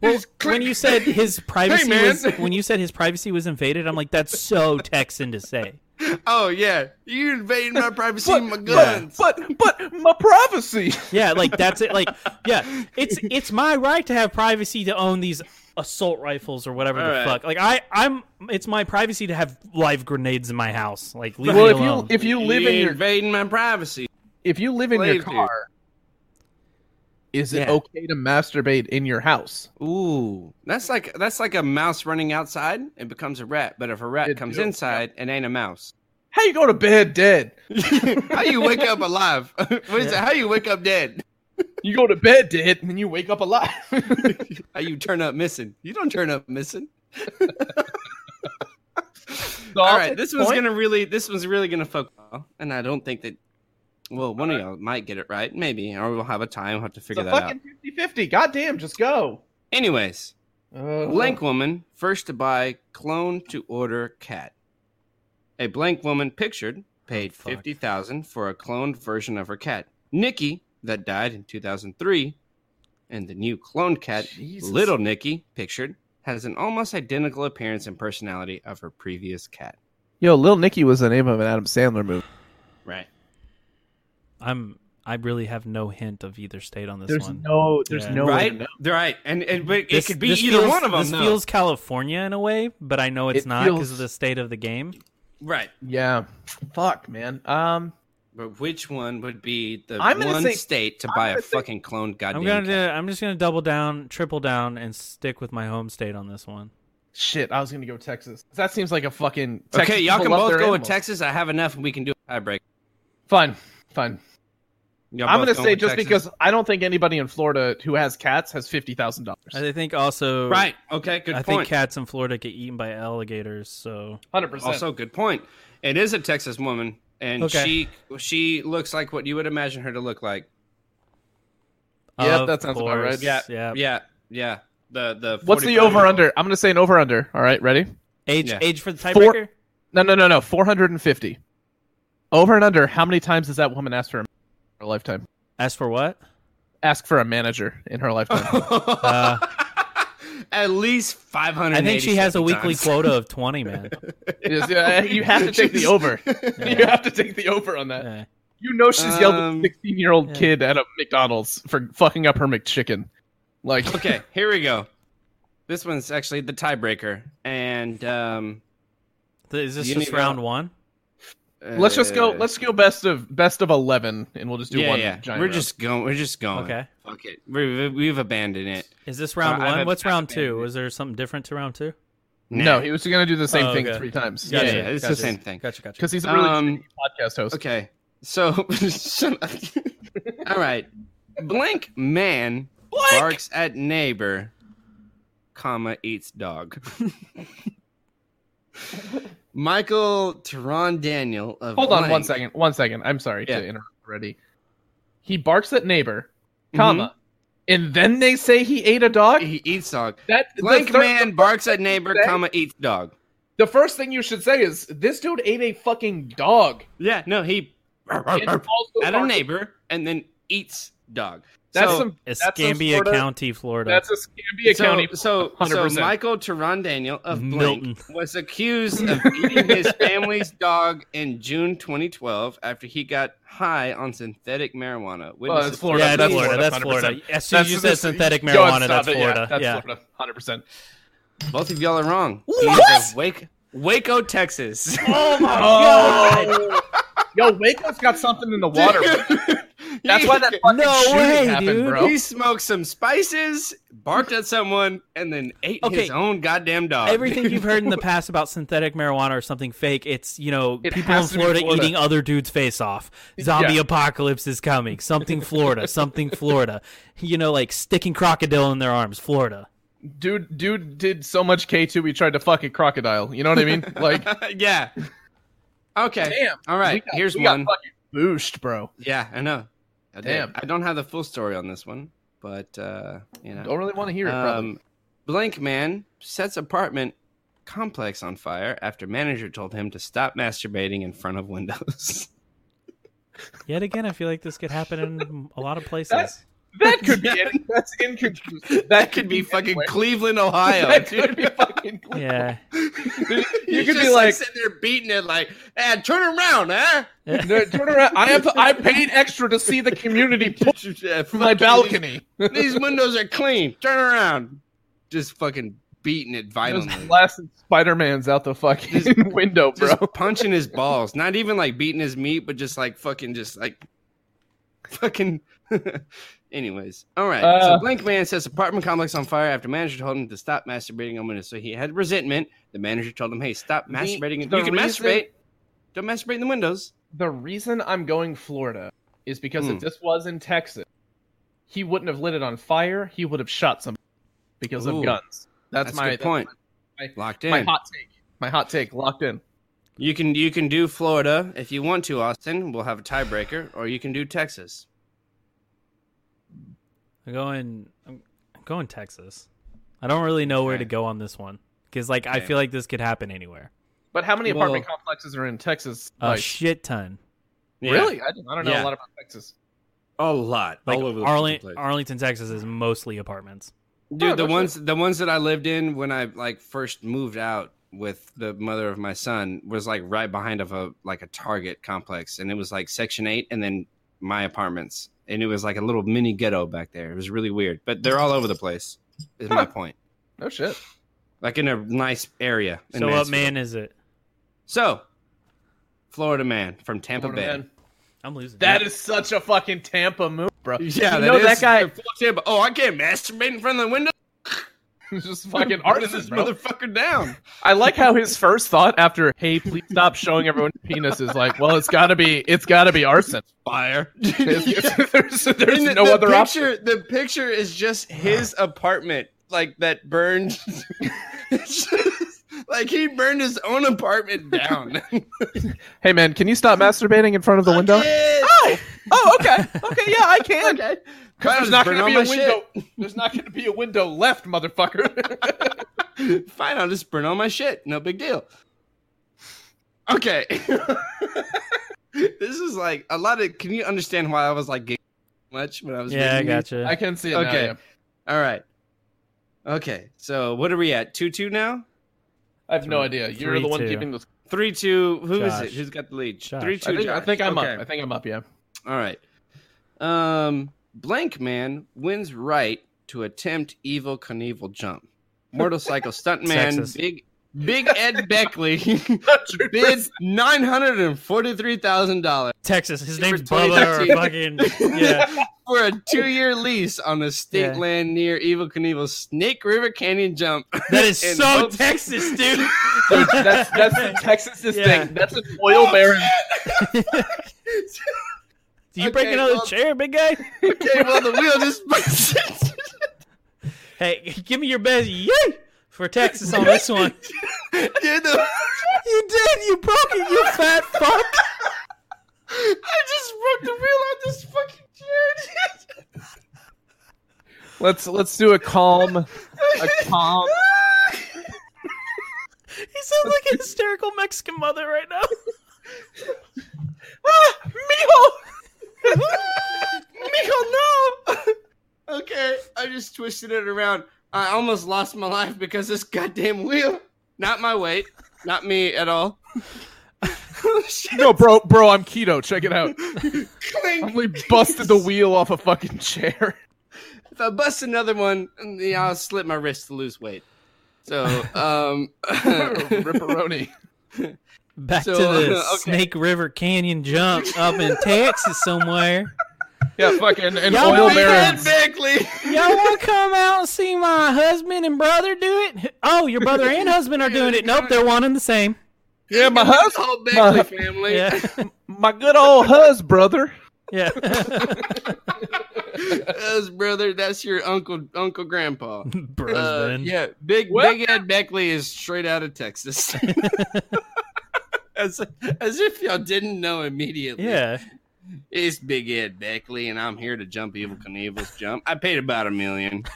C: Well,
F: Just click.
C: when you said his privacy
F: man.
C: was when you said his privacy was invaded, I'm like, that's so Texan to say.
F: oh yeah, you invading my privacy,
A: But-
F: my guns.
A: But but my privacy.
C: Yeah, like that's it. Like, yeah, it's it's my right to have privacy to own these assault rifles or whatever the
F: All right.
C: fuck. Like, I I'm it's my privacy to have live grenades in my house. Like, leave
A: well,
C: me
A: if
C: alone.
A: you if you live in your
F: invading my privacy.
A: if you live in your
F: slave, dude.
A: car, is it
F: Yeah.
A: okay to masturbate in your house?
F: Ooh, that's like that's like a mouse running outside and becomes a rat. But if a rat
A: It
F: comes
A: do-
F: inside, it ain't a mouse.
A: How you go to bed dead?
F: How you wake up alive? what is it?
C: Yeah.
F: How you wake up dead?
A: You go to bed dead and then you wake up alive.
F: How you turn up missing? You don't turn up missing.
A: So I'll
F: All right,
A: take
F: this
A: the
F: one's
A: point.
F: gonna really, this one's really gonna fuck, y'all, and I don't think that. Well, one of y'all might get it right, maybe, or we'll have a time we'll have to
A: It's
F: figure
A: a
F: that out.
A: fucking 50-50. Goddamn, just go.
F: Anyways,
A: Uh,
F: blank woman first to buy clone to order cat. A blank woman pictured paid
C: fuck.
F: fifty thousand for a cloned version of her cat, Nikki, that died in two thousand three, and the new cloned cat,
A: Jesus.
F: Little Nikki, pictured has an almost identical appearance and personality of her previous cat.
A: Yo, Lil Nicky was the name of an Adam Sandler movie.
F: Right.
C: I'm I really have no hint of either state on this
A: There's
C: one.
A: no, there's
C: Yeah.
A: no way to
F: right,
A: know.
F: right, and, and but
C: This-
F: it could be
C: this
F: either
C: feels-
F: one of them.
C: This
F: though.
C: feels California in a way, but I know it's
A: It
C: not because
A: feels-
C: of the state of the game.
F: right,
A: Yeah, fuck, man. Um,
F: but which one would be the
A: I'm gonna
F: one
A: say-
F: state to buy a
A: gonna say-
F: fucking cloned goddamn?
C: I'm gonna
F: cat?
C: do, I'm just gonna double down, triple down, and stick with my home state on this one.
A: Shit, I was gonna go Texas. That seems like a fucking. Texas
F: okay, y'all can
A: people love
F: both go
A: their
F: with
A: animals.
F: Texas. I have enough, and we can do a tiebreak.
A: Fine, fine.
F: Y'all
A: I'm
F: both
A: gonna say
F: with
A: just
F: Texas?
A: because I don't think anybody in Florida who has cats has fifty thousand dollars.
C: I think also
F: Right. Okay. Good
C: I think
F: point.
C: cats in Florida get eaten by alligators, so
A: Hundred percent.
F: also, good point. It is a Texas woman, and
C: Okay.
F: she she looks like what you would imagine her to look like.
A: Yep,
C: Of
A: that sounds about
C: course,
A: right.
F: Yeah.
C: yeah.
F: Yeah. Yeah. The the
A: What's the
F: 45
A: over under? I'm gonna say an over under. All right, ready?
C: Age
F: Yeah.
C: age for the
A: Four-
C: tiebreaker.
A: No, no, no, no. Four hundred and fifty. Over and under. How many times has that woman asked for a, her lifetime?
C: As for what?
A: Ask for a manager in her lifetime.
C: Uh,
F: At least five hundred.
C: I think she has a weekly quota of twenty, man.
A: It is- yeah, you have to take the over. You have to take the over on that.
C: Yeah.
A: You know she's yelled at a
F: Um,
A: 16 year old
C: yeah.
A: kid at a McDonald's for fucking up her McChicken. Like,
F: okay, here we go. This one's actually the tiebreaker, and um,
C: Th- Is this
F: You
C: just
F: need to-
C: round one?
A: let's just go.
F: uh,
A: Let's go best of best of 11, and we'll just do
F: yeah,
A: one.
F: yeah.
A: giant
F: we're
A: round.
F: just going. We're just going.
C: Okay.
F: Fuck it. We, we've abandoned it.
C: Is this round
F: Uh, I've
C: one?
F: had-
C: What's round
F: I've
C: two?
F: had-
C: Was there something different to round two?
A: no. He was gonna do the same
C: Oh,
A: thing
C: okay.
A: three times.
F: Yeah,
C: Gotcha,
F: yeah, it's the
C: gotcha.
F: same thing.
C: Gotcha, gotcha.
A: because he's a really
F: Um,
A: shitty podcast host.
F: Okay. So, shut up. All right. Blank man barks at neighbor, comma, eats dog. Michael Teron Daniel of
A: Hold on one
F: Blank-
A: second. One second. I'm sorry
F: Yeah.
A: to interrupt already. He barks at neighbor, comma, and then they say he ate a dog.
F: Mhm. Mm-hmm. He eats dog.
A: that the
F: Blank
A: third-
F: man barks at neighbor,
A: say?
F: comma, eats dog.
A: The first thing you should say is this dude ate a fucking dog.
F: Yeah, no, he
A: And
F: at
A: also
F: a
A: barked-
F: neighbor and then eats dog.
A: That's
F: So-
A: some. That's some
C: Escambia
A: Florida-
C: County, Florida.
A: That's a Scambia
F: so,
A: County.
F: So, so
A: 100%.
F: Michael Teron Daniel of
C: Milton.
F: Blank was accused of eating his family's dog in June 2012 after he got high on synthetic marijuana.
A: Well, it's
F: Witnesses-
A: Florida.
C: yeah, that's
A: That's
C: Florida. That's
A: 100%.
C: Florida. As soon as you said
A: that's-
C: synthetic
A: go and
C: marijuana,
A: stop
C: that's
A: it. Yeah,
C: Florida.
A: that's
C: Yeah.
A: Florida. Hundred percent.
F: Both of y'all are wrong. He is of Wake, Waco, Texas.
A: Oh, yo, Waco's got something in the water. That's why that fucking
C: No
A: shooting
C: way,
A: happened,
C: dude.
A: bro.
F: He smoked some spices, barked at someone, and then ate
C: Okay.
F: his own goddamn dog.
A: Uh,
C: Everything you've heard in the past about synthetic marijuana or something fake, it's, you know,
A: It
C: people in
A: has to be
C: Florida,
A: Florida.
C: eating other dudes' face off. Zombie
A: Yeah.
C: apocalypse is coming. Something Florida. something Florida. You know, like sticking crocodile in their arms. Florida.
A: dude, dude did so much K two. He tried to fuck a crocodile. You know what I mean? Like,
F: yeah. Okay.
A: damn.
F: All right.
A: we got-
F: Here's
A: we got
F: one.
A: fucking booshed, bro.
F: Yeah, I know. I did.
A: Damn.
F: I don't have the full story on this one, but uh, you know.
A: Don't really want to hear it, probably.
F: Um, blank man sets apartment complex on fire after manager told him to stop masturbating in front of windows.
C: Yet again, I feel like this could happen in a lot of places.
A: That's- That could be. Any, that's inconclusive. That
F: Could be fucking
A: anywhere.
F: Cleveland, Ohio.
A: That
F: dude.
A: could be fucking.
C: yeah.
F: He's
A: could be
F: just,
A: like-
F: sitting there beating it like, "Ah, turn around, huh?
A: No, turn around. I have. I paid extra to see the community pool
F: Yeah,
A: from my
F: fucking-
A: balcony.
F: These, these windows are clean. Turn around." Just fucking beating it
A: Just
F: violently.
A: blasting Spider Man's out the fucking
F: Just-
A: window, bro.
F: just punching his balls. Not even like beating his meat, but just like fucking, just like fucking. Anyways, all right.
A: Uh.
F: so Blank Man says apartment complex on fire after manager told him to stop masturbating on windows. So he had resentment. The manager told him, "Hey, stop masturbating.
A: the
F: you can
A: reason-
F: masturbate. Don't masturbate in the windows."
A: the reason I'm going Florida is because
F: Hmm.
A: if this was in Texas, he wouldn't have lit it on fire. He would have shot somebody because
F: Ooh.
A: of guns. That's,
F: That's,
A: my
F: my good point.
A: my-
F: Locked
A: My
F: in.
A: hot take. My hot take. Locked in.
F: You can you can do Florida if you want to, Austin. We'll have a tiebreaker, or you can do Texas.
C: I'm going. I'm I'm going Texas. I don't really know where
F: Okay.
C: to go on this one because, like, I
F: Okay.
C: feel like this could happen anywhere.
A: But how many
F: Well-
A: apartment complexes are in Texas?
C: A
A: Like,
C: shit ton.
F: Yeah.
A: Really? I don't, I don't know
F: Yeah.
A: a lot about Texas.
F: A lot.
C: Like
F: all over the
C: Arling-
F: place.
C: Arlington, Texas is mostly apartments.
A: Oh,
F: Dude, the
A: that's
F: ones the ones that I lived in when I like first moved out with the mother of my son was like right behind of a like a Target complex, and it was like Section Eight, and then my apartments, and it was like a little mini ghetto back there. It was really weird, but they're all over the place. Is my
A: Huh.
F: point.
A: No shit.
F: Like in a nice area. in
C: So what
F: Mansfield.
C: man is it?
F: So, Florida man from Tampa
A: Florida,
F: Bay.
A: man.
C: I'm losing.
A: That is such a fucking Tampa move, bro.
F: Yeah,
A: you know that guy.
F: Tampa. Oh, I can't masturbate in front of the window.
A: just fucking
F: Art
A: artists,
F: is this
A: bro.
F: motherfucker down.
A: I like how his first thought after "Hey, please stop showing everyone your penis" is like, "Well, it's gotta be, it's gotta be arson."
F: Fire.
A: there's there's
F: And the-
A: no
F: the
A: other option.
F: picture, The picture is just his apartment, like that burned. It's just- like he burned his own apartment down.
A: Hey, man, can you stop masturbating in front of the window?
F: Yeah.
A: Oh, okay, okay, yeah, I can.
F: Okay.
A: There's
F: Clowns
A: not
F: burn
A: gonna
F: all
A: be a
F: my
A: window. There's not gonna be a window left, motherfucker.
F: shit. Fine, I'll just burn all my shit. No big deal. Okay. this is like a lot of. Can you understand why I was like gay much when I was?
C: yeah, I
F: reading these?
C: gotcha.
A: I can see it. now,
F: Okay.
A: yeah.
F: All right. Okay. So what are we at? Two two now.
A: I have no idea. You're the one
C: Three-two.
A: keeping the.
F: Three two. Who is
C: Josh.
F: it? Who's got the lead?
C: Josh.
F: Three
C: I
F: two.
A: I think, I
F: Josh.
A: think I'm
F: Okay.
A: up. I think I'm up. Yeah.
F: All right. Um, blank man wins right to attempt evil Knievel jump. Motorcycle stuntman
C: Sexist.
F: big big Ed Beckley bid nine hundred and forty three thousand dollars
C: Texas. His name's
F: For 20
C: Bubba or fucking yeah.
F: for a two year lease on the state
C: Yeah.
F: land near Evil Knievel's Snake River Canyon jump.
C: That is
F: And
C: so
F: hopes-
C: Texas, dude.
A: Dude, that's that's the Texas
C: Yeah.
A: thing. That's an oil baron.
C: Do you break
F: Okay,
C: another
F: well-
C: chair, big guy?
F: Okay, well the wheel just
C: Hey, give me your best yay for Texas on this one.
F: Dude, the-
C: You did. You broke it. You fat fuck.
F: I just broke the wheel on this fucking chair.
A: Let's let's do a calm, a calm.
C: He sounds like a hysterical Mexican mother right now.
F: Ah, Mijo, no! okay, I just twisted it around. I almost lost my life because this goddamn wheel. Not my weight, not me at all. oh, shit.
A: No, bro, bro, I'm keto. Check it out.
F: Clink.
A: Only busted the wheel off a fucking chair.
F: If I bust another one, yeah, I'll slit my wrist to lose weight. So, um,
A: Ripperoni.
C: Back
F: So,
C: to the
F: uh, okay.
C: Snake River Canyon jump up in Texas somewhere.
A: Yeah, fucking an
C: Y'all
A: oil
C: big
A: baron.
F: Ed Beckley.
C: Y'all want to come out and see my husband and brother do it? Oh, your brother and husband are doing it. Nope, they're one and the same.
A: Yeah, my hus,
F: This whole Beckley family.
C: Yeah,
A: my good old hus brother.
C: yeah.
F: That's brother. That's your uncle, uncle, grandpa. Uh,
C: Brisbane.
F: yeah, big
A: Well-
F: Big Ed Beckley is straight out of Texas. as, as if y'all didn't know immediately.
C: Yeah.
F: it's Big Ed Beckley, and I'm here to jump Evil Knievel's jump. I paid about a million.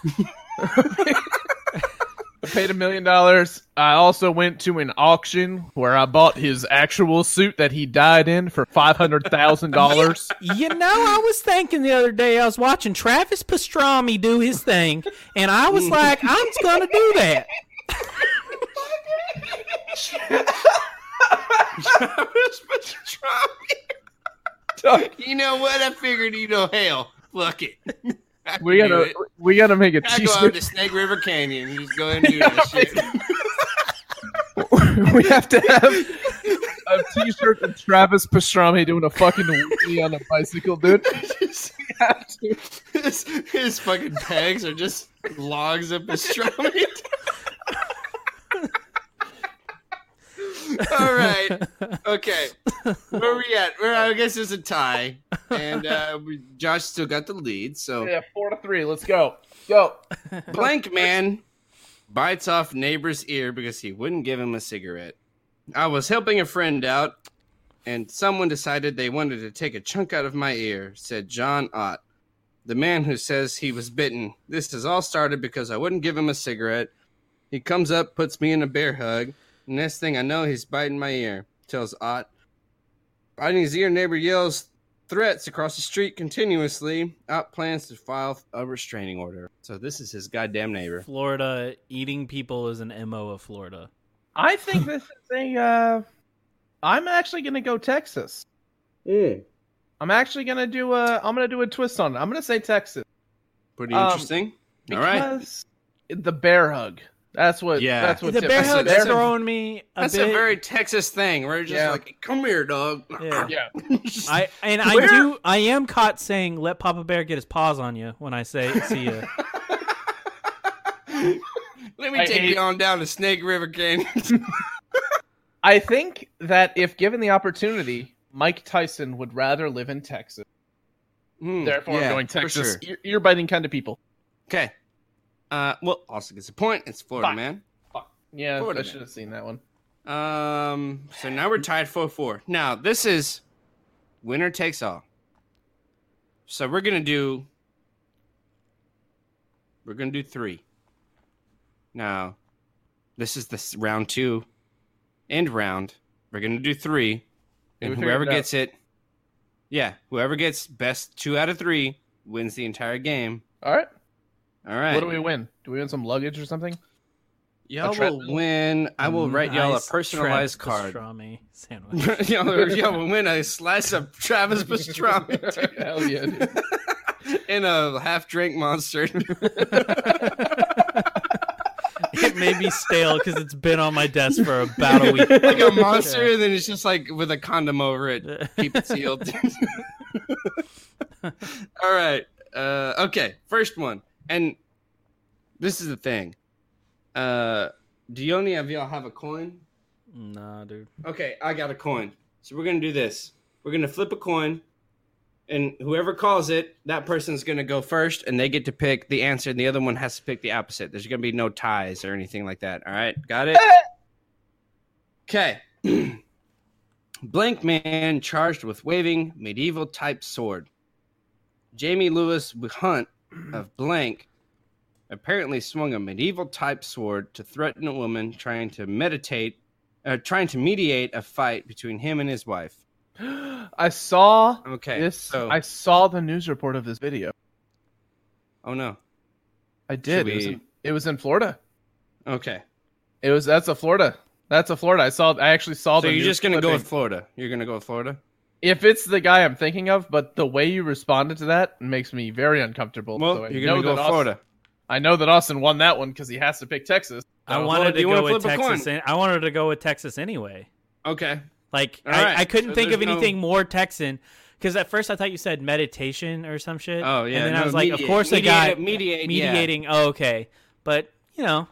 A: I paid a million dollars. I also went to an auction where I bought his actual suit that he died in for five hundred thousand dollars.
C: You know, I was thinking the other day, I was watching Travis Pastrami do his thing, and I was like, I'm just going to do that.
F: you know what? I figured, you know, hell, fuck it. I
A: We
F: can do
A: gotta,
F: it.
A: we gotta make a
F: I go out
A: t-shirt.
F: to Snake River Canyon and just go and do this shit.
A: we have to have a t-shirt of Travis Pastrami doing a fucking wheelie on a bicycle, dude.
F: his, his fucking pegs are just logs of pastrami. All right. Okay. Where we at? Where I guess it's a tie, and uh, we- Josh still got the lead. So
A: Yeah, four to three. Let's go, go.
F: blank man bites off neighbor's ear because he wouldn't give him a cigarette. I was helping a friend out, and someone decided they wanted to take a chunk out of my ear, said John Ott, the man who says he was bitten. This has all started because I wouldn't give him a cigarette. He comes up, puts me in a bear hug, and next thing I know, he's biting my ear, tells Ott. Biting his ear, neighbor yells threats across the street continuously. Ott plans to file a restraining order. So this is his goddamn neighbor.
C: Florida, eating people is an MO of Florida.
A: I think this is a. Uh, I'm actually gonna go Texas. I'm actually gonna do a. I'm gonna do a twist on it. I'm gonna say Texas.
F: Pretty
A: Um,
F: interesting. all right.
A: Because The bear hug. That's what.
F: Yeah.
A: That's what.
C: the
A: tipped
C: bear
A: me.
C: hug's
F: that's a-
C: throwing me a
F: That's
C: bit.
F: a very Texas thing. We're just
A: Yeah.
F: like, come here, dog.
C: Yeah.
A: Yeah.
C: I and I
F: Where-
C: do I am caught saying let Papa Bear get his paws on you when I say see ya.
F: Let me
A: I
F: take
A: hate-
F: you on down to Snake River Canyon.
A: I think that if given the opportunity, Mike Tyson would rather live in Texas.
F: Hmm,
A: Therefore,
F: yeah,
A: I'm going
F: for
A: Texas.
F: sure.
A: Ear- ear-biting kind of people.
F: Okay. Uh, well, also gets a point. It's Florida,
A: Fuck.
F: man.
A: Yeah,
F: Florida
A: I
F: man.
A: should have seen that one.
F: Um, so now we're tied 4 4. Now, this is winner takes all. So we're going to do. We're going to do three. Now, this is this round two end round. We're going to do three.
A: Yeah,
F: And
A: we figured
F: whoever
A: it out.
F: gets it, yeah, whoever gets best two out of three wins the entire game.
A: All right.
F: All right.
A: What do we win? Do we win some luggage or something?
F: Y'all
A: A trap-
F: will win. I will write y'all a
C: Mm, Nice
F: personalized
C: Travis
F: card.
C: Pastrami sandwich.
F: y'all, y'all will win a slice of Travis pastrami dude,
A: Hell yeah, dude.
F: and a half drink monster.
C: it may be stale because it's been on my desk for about a week.
F: like a monster, and then it's just like with a condom over it. Keep it sealed. All right. Uh, okay. First one. And this is the thing. Uh, do you only of y'all have a coin?
C: nah, dude.
F: Okay, I got a coin. So we're gonna do this. We're gonna flip a coin, and whoever calls it, that person's gonna go first, and they get to pick the answer, and the other one has to pick the opposite. There's gonna be no ties or anything like that. All right, got it. Okay. Blank man charged with waving medieval type sword. Jamie Lewis Hunt of Blank apparently swung a medieval type sword to threaten a woman trying to meditate uh, trying to mediate a fight between him and his wife.
A: I saw
F: Okay.
A: this.
F: so,
A: I saw the news report of this video.
F: oh no.
A: I did. It, was
F: we-
A: in, it was in Florida.
F: Okay.
A: It was that's a Florida. That's a Florida. I saw. I actually saw.
F: So
A: the
F: you're
A: news
F: just gonna go
A: clipping.
F: with Florida. You're gonna go with Florida.
A: if it's the guy I'm thinking of, but the way you responded to that makes me very uncomfortable.
F: Well,
A: So I
F: you're gonna
A: know
F: go
A: that
F: with
A: Austin-
F: Florida.
A: I know that Austin won that one because he has to pick Texas.
C: I
F: Uh,
C: wanted
F: do
C: to
F: you wanna
C: go with
F: flip a coin?
C: Texas. an- I wanted to go with Texas anyway.
F: Okay.
C: Like
F: All
C: I,
F: right,
C: I couldn't
F: so
C: think of
F: there's no-
C: anything more Texan because at first I thought you said meditation or some shit.
F: Oh, yeah,
C: and then I
F: no,
C: was like,
F: mediate-
C: of course I
F: mediate-
C: got
F: mediate, yeah.
C: mediating. Oh, okay, but you know,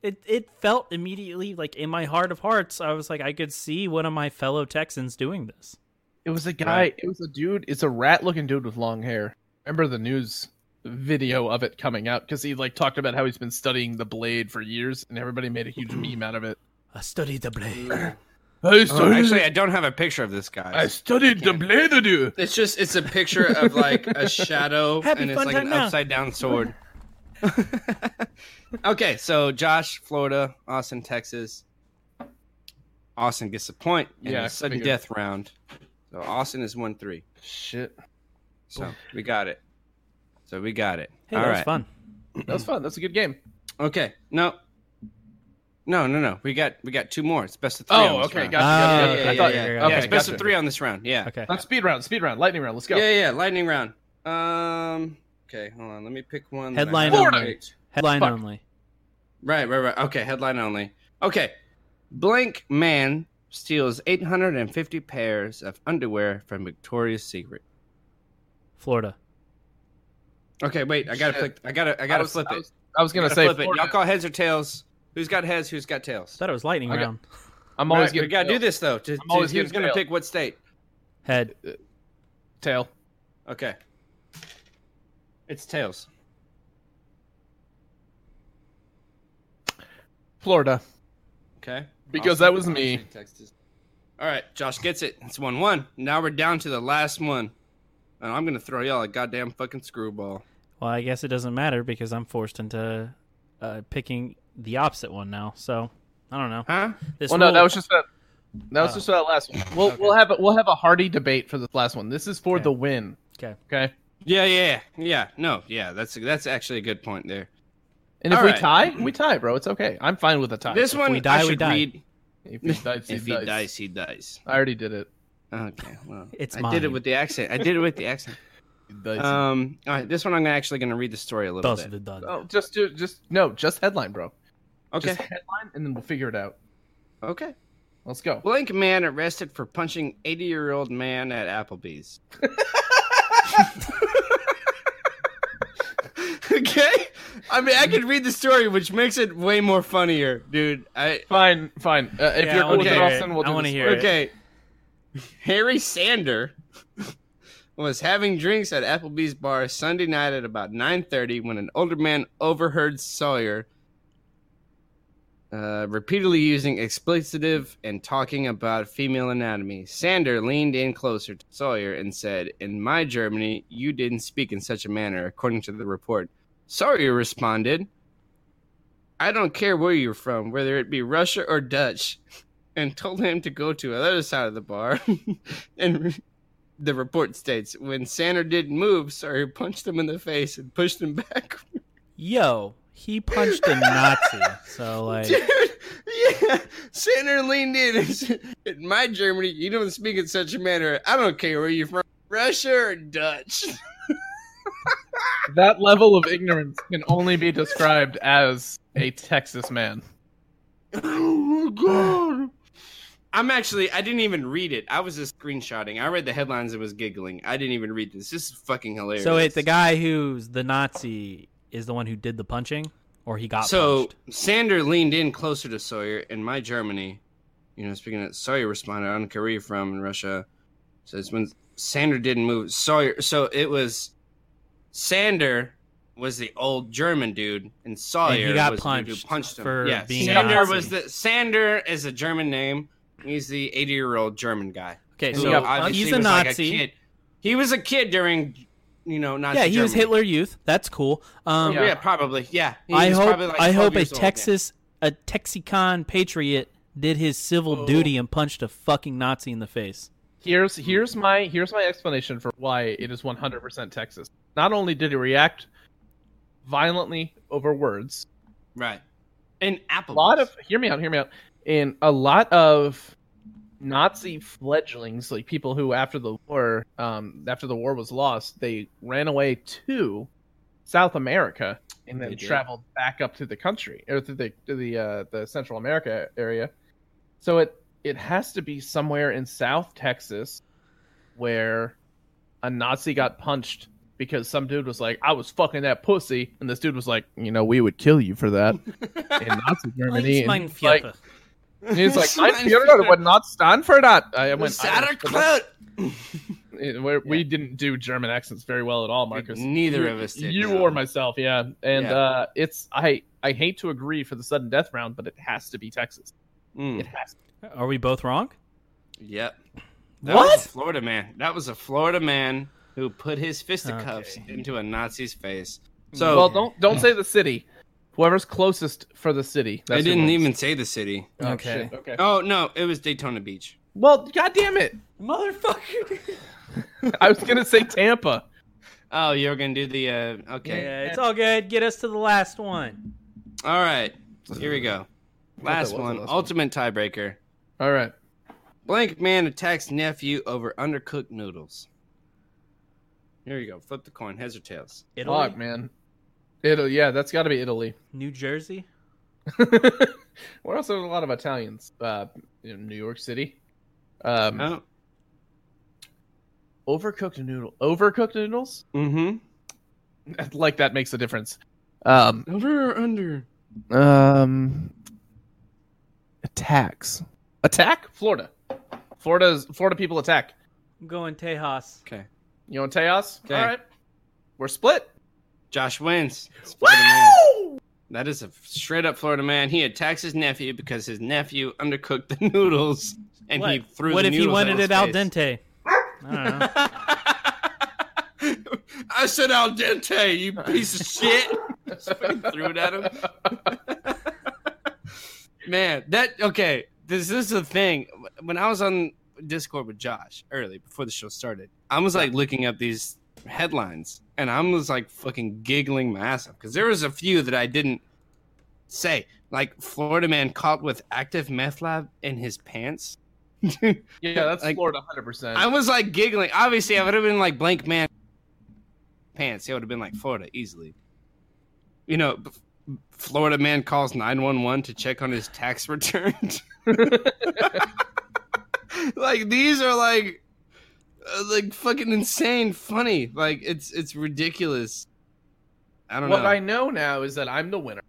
C: it it felt immediately like in my heart of hearts, I was like, I could see one of my fellow Texans doing this.
A: It was a guy.
F: Right.
A: It was a dude. It's a rat-looking dude with long hair. Remember the news video of it coming out because he like talked about how he's been studying the blade for years, and everybody made a huge meme out of it.
C: I studied the blade.
A: I
F: Oh, actually, I don't have a picture of this guy.
A: studied the blade, dude.
F: It's just it's a picture of like a shadow,
C: Happy
F: and it's
C: fun
F: like
C: time
F: an
C: now.
F: upside down sword. okay, so Josh, Florida, Austin, Texas. Austin gets the point in
A: Yeah, I
F: the sudden
A: figured.
F: death round. So Austin is one three.
A: Shit,
F: So we got it. So we got it.
C: Hey,
F: All
C: that was
F: right.
C: fun.
A: that was fun. That's a good game.
F: Okay. No. No, no, no. We got we got two more. It's best of three.
A: Oh,
F: on this
A: okay,
F: round.
A: gotcha. gotcha,
C: Oh,
A: gotcha.
C: okay,
A: I thought-
C: yeah, yeah,
F: Ah, Yeah,
A: okay,
F: it's best
A: gotcha.
F: of three on this round. Yeah.
C: Okay,
A: Uh, speed round, speed round, lightning round. Let's go.
F: Yeah, yeah. Lightning round. Um. Okay, hold on. Let me pick one. that I
C: Headline
F: haven't
C: only.
F: picked.
C: headline
A: Fuck.
C: only.
F: Right, right, right. Okay, headline only. Okay. Blank man steals 850 pairs of underwear from Victoria's Secret.
C: Florida.
F: Okay, wait. I gotta
A: Shit.
F: flip. I gotta. I gotta
A: was-
F: flip
A: I
F: it.
A: was- I was
F: I
A: gonna
F: gotta
A: say,
F: flip it. Y'all
A: Florida.
F: call heads or tails. Who's got heads? Who's got tails?
C: Thought it was lightning
A: I got-
C: round.
A: I'm always
F: Right,
A: getting
F: we gotta do
A: tail.
F: this though. To, to,
A: I'm always
F: he was
A: getting
F: gonna
A: failed.
F: pick what state?
C: Head.
A: tail.
F: Okay. It's tails.
A: Florida.
F: Okay.
A: Because
F: Austin-
A: that was me.
F: Austin, Texas. All right, Josh gets it. It's one one. Now we're down to the last one, and I'm gonna throw y'all a goddamn fucking screwball.
C: Well, I guess it doesn't matter because I'm forced into uh, picking the opposite one now. So I don't know.
F: Huh?
C: This
A: Well, no,
C: rule-
A: that was just that. That was
C: Oh.
A: just that last one. We'll we'll have a, we'll have a hearty debate for this last one. This is for
C: Okay.
A: the win.
C: Okay.
A: Okay.
F: Yeah, yeah, yeah, yeah. No, yeah. That's that's actually a good point there.
A: And if
F: All
A: we
F: right.
A: tie, we tie, bro. It's okay. I'm fine with a tie.
F: This one
C: we die,
F: I
C: we
F: should
C: die.
F: read.
A: if he dies, he
F: If he
A: dies.
F: dies, he dies.
A: I already did it.
F: Okay. Well,
C: It's
F: I did it
C: mine.
F: with the accent. I did it with the accent.
A: He dies.
F: Um. All right. This one I'm actually gonna read the story a little
C: Does
F: bit.
C: the done.
A: oh, just do just no, just headline, bro.
F: Okay.
A: Just headline, and then we'll figure it out.
F: Okay.
A: Let's go.
F: Blank man arrested for punching 80 year old man at Applebee's. okay. I mean, I could read the story, which makes it way more funnier, dude. I
A: Fine, fine. Uh, if
C: Yeah,
A: you're
C: I
A: cool with
F: wanna
A: it,
F: hear
A: Austin,
C: it.
A: we'll
C: I
A: do
C: wanna
A: this.
C: hear it.
F: okay. Harry Sander was having drinks at Applebee's bar Sunday night at about 9:30 when an older man overheard Sawyer uh, repeatedly using expletive and talking about female anatomy. Sander leaned in closer to Sawyer and said, "In my Germany, you didn't speak in such a manner, according to the report." Sawyer responded, "I don't care where you're from, whether it be Russia or Dutch." and told him to go to the other side of the bar. and re- the report states when Sander didn't move, Sawyer punched him in the face and pushed him back.
C: Yo, he punched a Nazi. So like,
F: Dude, yeah, Sander leaned in and said, "In my Germany, you don't speak in such a manner. I don't care where you're from, Russia or Dutch."
A: That level of ignorance can only be described as a Texas man.
F: Oh god. I'm actually I didn't even read it. I was just screenshotting. I read the headlines and was giggling. I didn't even read this. This is fucking hilarious.
C: so wait, the guy who's the Nazi is the one who did the punching, or he got
F: So
C: punched.
F: Sander leaned in closer to Sawyer. In my Germany, you know, speaking of Sawyer responded, "I don't care where you're from in Russia." So it's when Sander didn't move. Sawyer. So it was Sander was the old German dude, and Sawyer
C: And he got
F: was the dude who
C: punched
F: punched him.
C: for
F: yeah,
C: being
F: Sander
C: Nazi.
F: was the Sander is a German name. He's the 80 year old German guy.
C: Okay,
F: who
C: so
A: got
F: obviously
C: he's a
F: was like
C: Nazi.
F: kid. He was a kid during, you know, Nazi.
C: yeah, he was
F: Germany.
C: Hitler Youth. That's cool. Um,
F: Yeah. probably. Yeah, He
C: I
F: was
C: hope
F: probably like
C: I
F: 12
C: hope a
F: years old, yeah.
C: Texas a Texicon patriot did his civil
F: Oh.
C: duty and punched a fucking Nazi in the face.
A: Here's here's my here's my explanation for why it is 100% Texas. Not only did he react violently over words,
F: Right. And
A: a
F: Apple.
A: lot of hear me out, hear me out. And a lot of Nazi fledglings, like people who after the war, um, after the war was lost, they ran away to South America and
F: They
A: then
F: did.
A: traveled back up to the country or to the to the uh, the Central America area. So it it has to be somewhere in South Texas where a Nazi got punched because some dude was like, "I was fucking that pussy," and this dude was like, "You know, we would kill you for that." in Nazi Germany, and he's
C: Links mein
A: like,
C: Vierter.
A: and he's like, "Mein Führer would not stand for that." I went,
F: Satter
A: I, we we didn't do German accents very well at all, Marcus.
F: Neither
A: You-
F: of us did.
A: You
F: no.
A: or myself, yeah. And
F: Yeah.
A: uh, it's I I hate to agree for the sudden death round, but it has to be Texas.
F: Mm.
A: It has.
C: Are we both wrong?
F: Yep. That
C: What?
F: was a Florida man. That was a Florida man who put his fisticuffs into a Nazi's face. So
A: Mm. Well, don't don't say the city. Whoever's closest for the city.
F: I
A: that's who
F: didn't
A: wins.
F: even say the city.
A: Oh,
C: Okay.
A: shit, Okay.
F: Oh no, it was Daytona Beach.
A: Well, goddamn it!
C: Motherfucker.
A: I was gonna say Tampa.
F: Oh, you're gonna do the uh, okay.
C: Yeah, it's all good. Get us to the last one.
F: All right, here we go.
A: was
F: Last
A: the
F: one,
A: last one.
F: ultimate tiebreaker.
A: All right.
F: Blank man attacks nephew over undercooked noodles. Here you go. Flip the coin. Heads or tails.
C: Italy,
A: Fuck, man. Italy. Yeah, that's got to be Italy.
C: New Jersey.
A: Where else are a lot of Italians? Uh, in New York City. Um,
F: Oh.
A: Overcooked noodle. Overcooked noodles?
F: Mm-hmm.
A: like that makes a difference. Um,
F: Over or under?
A: um, attacks. Attack? Florida. Florida's Florida people attack.
C: I'm going Tejas.
F: Okay.
A: You want Tejas?
F: Okay.
A: All right. We're split.
F: Josh wins. It's Florida man. That is a straight up Florida man. He attacks his nephew because his nephew undercooked the noodles and
C: what
F: he threw
C: what
F: the
C: if
F: noodles
C: he
F: at
C: wanted
F: his
C: it al
F: face.
C: dente? I don't know.
F: I said al dente, you piece of shit. Fucking threw it at him. Man, that okay. This, this is the thing. When I was on Discord with Josh early before the show started, I was like looking up these headlines and I was like fucking giggling my ass off because there was a few that I didn't say, like Florida man caught with active meth lab in his pants.
A: Yeah, that's
F: Like-
A: Florida 100%.
F: I was like giggling. Obviously, I would have been like blank man pants. It would have been like Florida easily. You know, b- Florida man calls nine one one to check on his tax returns. like these are like, uh, like fucking insane funny. Like it's it's ridiculous. I don't
A: what
F: know.
A: I know now is that I'm the winner.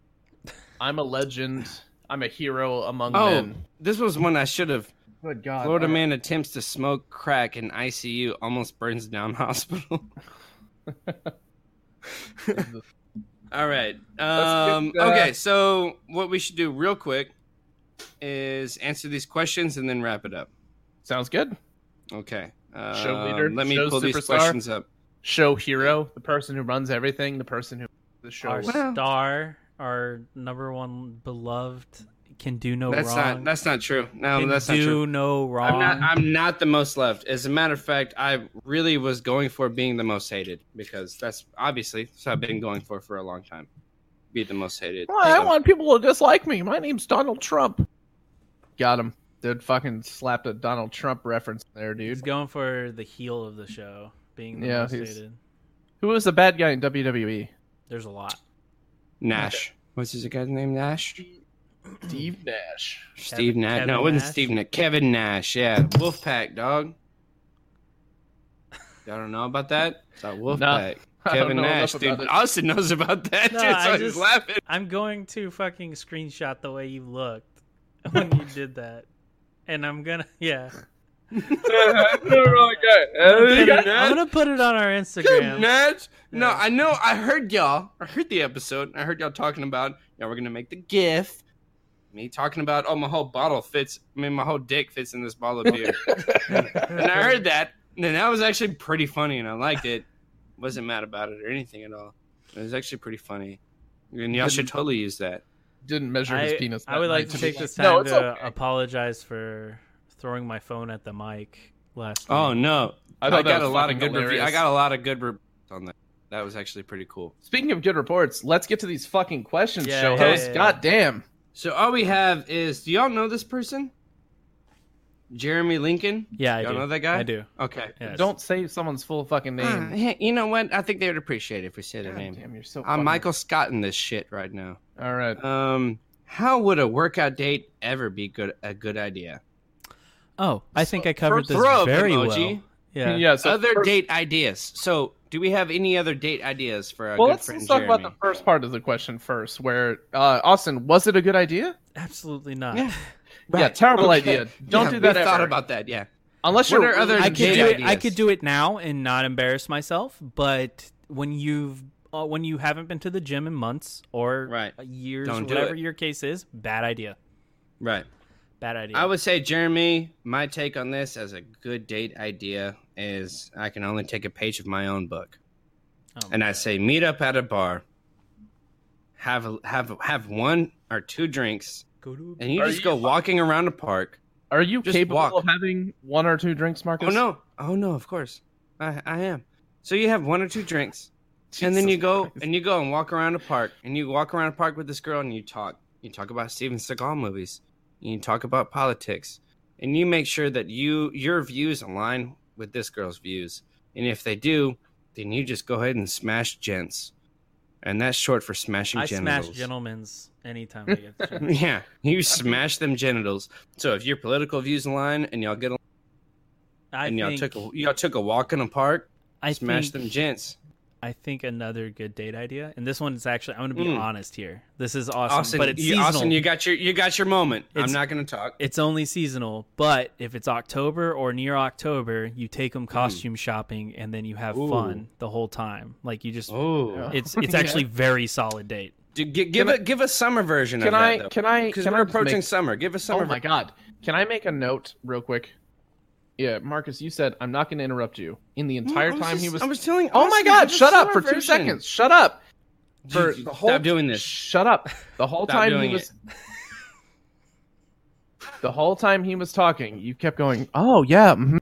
A: I'm a legend. I'm a hero among
F: oh,
A: men.
F: this was one I should have.
A: Good God.
F: Florida man attempts to smoke crack in ICU, almost burns down hospital. All right. Um,
A: uh,
F: okay, so what we should do real quick is answer these questions and then wrap it up.
A: Sounds good.
F: Okay. Um,
A: leader,
F: Let me
A: show
F: pull these
A: superstar.
F: questions up.
A: Show hero, the person who runs everything, the person who the show.
C: Our
A: is-
C: star, our number one beloved, can do no
F: That's
C: wrong.
F: not. That's not true. No,
C: can
F: that's
C: do
F: not true.
C: no wrong.
F: I'm not. I'm not the most loved. As a matter of fact, I really was going for being the most hated because that's obviously that's what I've been going for for a long time. Be the most hated.
E: Well, I
F: So-
E: want people to dislike me. My name's Donald Trump.
A: Got him. Dude, fucking slapped a Donald Trump reference there,
C: He's
A: dude.
C: going for the heel of the show, being the
A: Yeah,
C: most
A: he's-
C: hated.
A: Who was the bad guy in E? WWE?
C: There's a lot.
F: Nash. What's his guy's name? Nash.
A: Steve Nash.
F: Steve Nash.
C: Kevin
F: no, it wasn't
C: Nash?
F: Steve Nash. Kevin Nash. Yeah, Wolfpack dog. I don't know about that. It's not Wolfpack.
A: I don't
F: Kevin
A: know
F: Nash,
A: enough
F: dude.
A: about it.
F: Austin knows about that.
C: No,
F: dude, so
C: I
F: he's
C: just-
F: laughing.
C: I'm going to fucking screenshot the way you looked when you did that, and I'm gonna yeah.
F: Oh,
C: I'm gonna, I'm gonna put it on our
F: Good
C: Instagram.
F: Nash. No,
C: Yeah.
F: I know. I heard y'all. I heard the episode. and I heard y'all talking about y'all were gonna make the GIF. Me talking about oh my whole bottle fits. I mean my whole dick fits in this bottle of beer. and I heard that. And then that was actually pretty funny, and I liked it. wasn't mad about it or anything at all. It was actually pretty funny. And y'all should totally use that.
A: Didn't measure his
C: I,
A: penis.
C: I
A: that
C: would like
A: night
C: to
A: be
C: take this time
A: No, it's
C: to
A: okay.
C: apologize for throwing my phone at the mic last.
F: Oh
C: week.
F: no!
A: I
F: I,
A: thought that
F: got a
A: was
F: lot of
A: fucking
F: good reviews.
A: hilarious.
F: I got a lot of good reviews on that. That was actually pretty cool.
A: Speaking of good reports, let's get to these fucking questions,
C: Yeah,
A: show
C: yeah,
A: host.
C: yeah, yeah.
A: God damn.
F: So all we have is, do y'all know this person? Jeremy Lincoln.
C: Yeah, I
F: Y'all
C: do.
F: know that guy?
C: I do.
F: Okay.
C: Yes.
A: Don't say someone's full fucking name.
F: Ah, hey, you know what? I think they would appreciate it if we said
A: God
F: their name.
A: damn, you're so
F: I'm
A: fucking-
F: Michael Scott in this shit right now.
A: All right.
F: Um, how would a workout date ever be good a good idea?
C: Oh, I think I covered this
F: throw up
C: very
F: emoji.
C: well. Yeah.
A: so
F: other
A: first-
F: date ideas. So, do we have any other date ideas for our
A: Well,
F: good
A: let's,
F: friend
A: let's talk
F: Jeremy?
A: about the first part of the question first, where uh, Austin, was it a good idea?
C: Absolutely not.
F: Yeah.
A: Yeah,
F: Right.
A: terrible
F: Okay.
A: idea. Don't
F: Yeah,
A: do that.
F: We
A: Ever.
F: thought about that. Yeah.
A: unless
F: What
A: you're
F: are other
A: I
C: I
A: could
C: could
A: do
F: Great
C: do
A: it.
C: it. I
F: ideas.
C: could do it now and not embarrass myself. But when you've uh, when you haven't been to the gym in months or
F: Right.
C: years,
F: Don't do
C: whatever
F: it.
C: your case is, bad idea.
F: Right.
C: Bad idea.
F: I would say, Jeremy, my take on this as a good date idea is I can only take a page of my own book.
C: Oh my
F: and I say, meet up at a bar, have a, have have one or two drinks,
C: Go to
F: and you
A: Are
F: just
A: you
F: go walking around a park.
A: Are you
F: Just
A: capable
F: walk.
A: of having one or two drinks, Marcus?
F: Oh no! Oh no! Of course, I I am. So you have one or two drinks, and then you go and you go and walk around a park, and you walk around a park with this girl, and you talk. You talk about Steven Seagal movies, and you talk about politics, and you make sure that you your views align with this girl's views, and if they do, then you just go ahead and smash gents, and that's short for smashing
C: I
F: genitals.
C: smash gentlemen's anytime I get. to the gym.
F: Yeah, you smash them genitals. So if your political views align and y'all get along
C: I
F: and y'all
C: think.
F: took a, y'all took a walk in a park,
C: I
F: smash
C: think,
F: them gents.
C: I think another good date idea, and this one's actually. I'm going to be
F: Mm.
C: honest here. This is awesome,
F: Austin,
C: but it's
F: you,
C: seasonal.
F: Austin, you got your you got your moment. I'm
C: It's-
F: not gonna talk.
C: it's only seasonal, but if it's October or near October, you take them costume shopping and then you have
F: Mm. Ooh.
C: fun the whole time. Like you just
F: Oh,
C: It's it's actually very solid date.
F: give a give a summer version
A: Can
F: of
A: I?
F: that
A: Can I?
F: because
A: Can
F: we're
A: I
F: approaching
A: Make,
F: summer. Give a summer.
A: oh my god! Can I make a note real quick? Yeah, Marcus, you said I'm not going to interrupt you. In the entire time he was.
F: I was telling.
A: oh my god! Shut up for two seconds. Shut up. For the whole
F: Stop doing this.
A: Shut up. The whole
F: Stop
A: time he
F: doing
A: was The whole time he was talking, you kept going, "Oh yeah." mhm."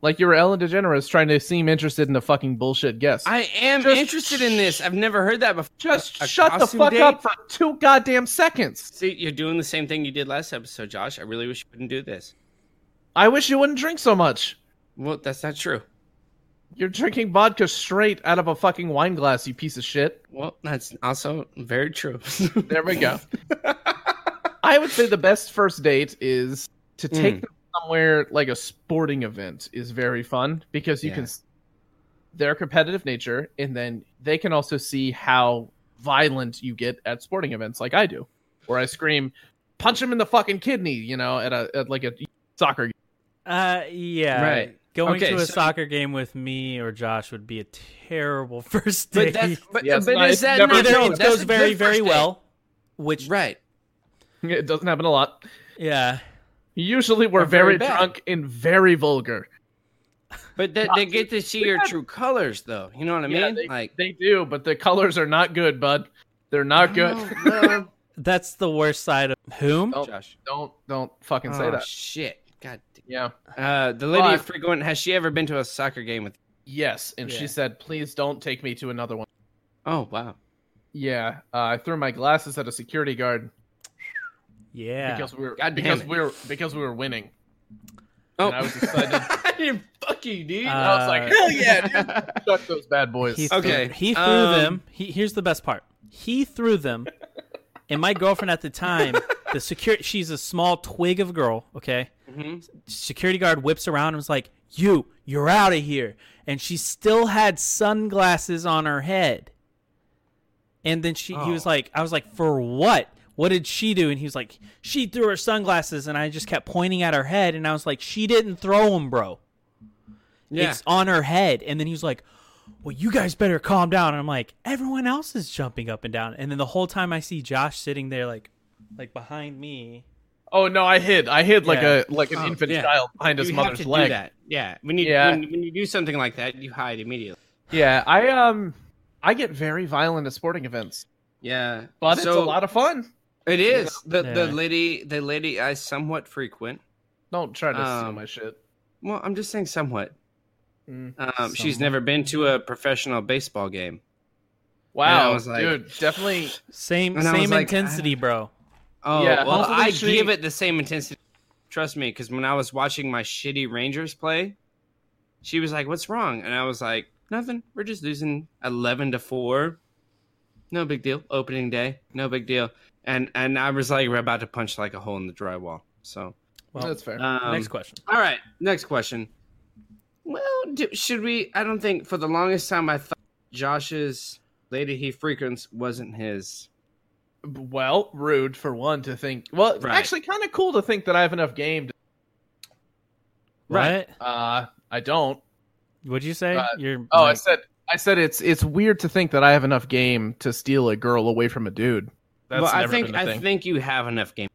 A: Like you were Ellen DeGeneres trying to seem interested in a fucking bullshit guess.
F: I am
A: Just
F: interested in this. I've never heard that before.
A: just
F: a
A: shut the
F: costume
A: fuck
F: date?
A: up for two goddamn seconds.
F: See, you're doing the same thing you did last episode, Josh. I really wish you wouldn't do this.
A: I wish you wouldn't drink so much.
F: Well, that's not true.
A: You're drinking vodka straight out of a fucking wine glass, you piece of shit.
F: Well, that's also very true.
A: There we go. I would say the best first date is to
F: Mm.
A: take them somewhere like a sporting event is very fun because you
F: Yeah.
A: can s- their competitive nature and then they can also see how violent you get at sporting events like I do, where I scream, punch him in the fucking kidney, you know, at a at like a soccer game.
C: Uh, yeah.
F: Right.
C: Going
F: Okay,
C: to a
F: so-
C: soccer game with me or Josh would be a terrible first
F: But
C: date.
F: that's but,
A: Yes,
F: but
A: but
F: is
A: it's
F: that
A: never-
F: not,
C: Either
F: no,
C: it
F: that's
C: goes
F: a
C: very,
F: good
C: very
F: first date.
C: well, which
F: Right.
A: It doesn't happen a lot.
C: yeah,
A: Usually we're
F: Or very
A: very,
F: bad.
A: drunk and very vulgar.
F: But that they get to see your true colors though. You know what I mean?
A: Yeah, they-
F: like
A: They do, but the colors are not good, bud. They're not good.
F: no,
C: that's the worst side of Oh, whom?
A: Don't-
F: Josh.
A: don't don't fucking say
F: Oh,
A: that.
F: Shit. God. damn.
A: Yeah.
F: Uh, the lady
A: But-
F: you frequent has she ever been to a soccer game with?
A: Yes, and
C: Yeah.
A: she said, "Please don't take me to another one."
F: Oh wow.
A: Yeah, uh, I threw my glasses at a security guard
C: Yeah,
A: because we were
F: God damn
A: because
F: it.
A: we were because we were winning.
F: Oh.
A: And I was excited. Fuck you, dude! I was like,
C: Uh,
A: hell yeah, dude! Fuck those bad boys.
C: he threw,
F: Okay,
C: he threw
F: um,
C: them. He, here's the best part. He threw them, and my girlfriend at the time, the security, she's a small twig of a girl. Okay,
F: Mhm.
C: security guard whips around and was like, "You, you're out of here." And she still had sunglasses on her head. And then she, he
F: Oh.
C: was like, "I was like, for what? What did she do?" And he was like, "She threw her sunglasses." And I just kept pointing at her head, and I was like, "She didn't throw them, bro.
F: Yeah.
C: It's on her head." And then he was like, "Well, you guys better calm down." And I'm like, "Everyone else is jumping up and down." And then the whole time I see Josh sitting there, like, like behind me.
A: oh no, I hid. I hid like
C: Yeah.
A: a like an
F: Oh,
A: infant
F: yeah.
A: child behind his
F: You have
A: mother's
F: to do
A: leg.
F: that. Yeah. When you
A: Yeah.
F: When, when you do something like that, you hide immediately.
A: Yeah, I um, I get very violent at sporting events,
F: Yeah.
A: but it's a
F: So-
A: lot of fun.
F: It is the the
C: Yeah.
F: lady the lady I somewhat frequent.
A: Don't try to
F: Um,
A: see my shit.
F: Well, I'm just saying somewhat.
A: Mm.
F: Um, She's never been to a professional baseball game. I
A: Wow,
F: was like-
A: dude, definitely.
C: Same,
F: And I was
C: same
F: like, "Ah."
C: intensity, bro.
F: Oh,
A: Yeah,
F: well,
A: hopefully
F: I
A: she-
F: give it the same intensity. Trust me, because when I was watching my shitty Rangers play, she was like, "What's wrong?" And I was like, "Nothing. We're just losing eleven to four. No big deal. Opening day. No big deal." And and I was like, "We're about to punch like a hole in the drywall." So
C: Well,
A: that's fair.
F: um,
C: next question.
F: All right, next question. Well, do, should we? I don't think for the longest time I thought Josh's lady he frequents wasn't his.
A: Well, rude for one to think. Well,
F: Right.
A: actually, kind of cool to think that I have enough game. To,
F: Right.
A: uh, I don't.
C: What? What'd you say?
A: Uh,
C: You're
A: Oh, I
C: like-
A: said, I said it's it's weird to think that I have enough game to steal a girl away from a dude. That's
F: well, I
A: never
F: think
A: been a
F: I
A: thing.
F: think you have enough game.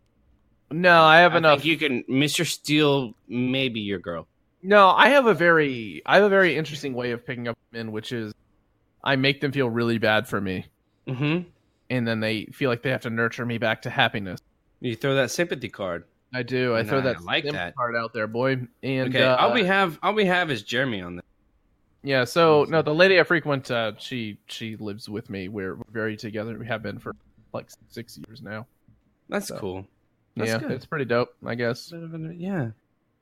A: no, I have
F: I
A: enough.
F: think you can, Mister Steele, maybe your girl.
A: No, I have a very I have a very interesting way of picking up men, which is I make them feel really bad for me,
F: Mm-hmm.
A: and then they feel like they have to nurture me back to happiness.
F: You throw that sympathy card.
A: I do. I
F: And
A: throw
F: Oh, I
A: that
F: like
A: simp
F: that.
A: card out there, boy. And
F: okay,
A: uh,
F: all we have, all we have is Jeremy on this.
A: Yeah, so no, the lady I frequent, uh, she she lives with me. We're we're very together. We have been for like six years now.
F: That's
A: So,
F: cool. That's
A: yeah,
F: good.
A: it's pretty dope. I guess
F: Yeah.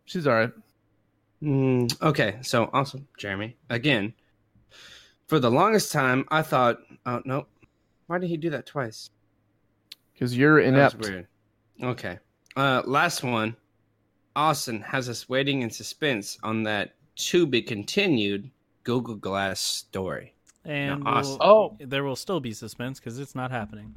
A: she's all right.
F: Mm, okay, so awesome, Jeremy. Again, for the longest time, I thought, oh no, why did he do that twice?
A: Because you're
F: That's
A: inept.
F: weird. Okay. Uh, last one. Austin has us waiting in suspense on that to be continued Google Glass story.
C: and
F: No, awesome.
C: we'll-
A: Oh.
C: there will still be suspense because it's not happening.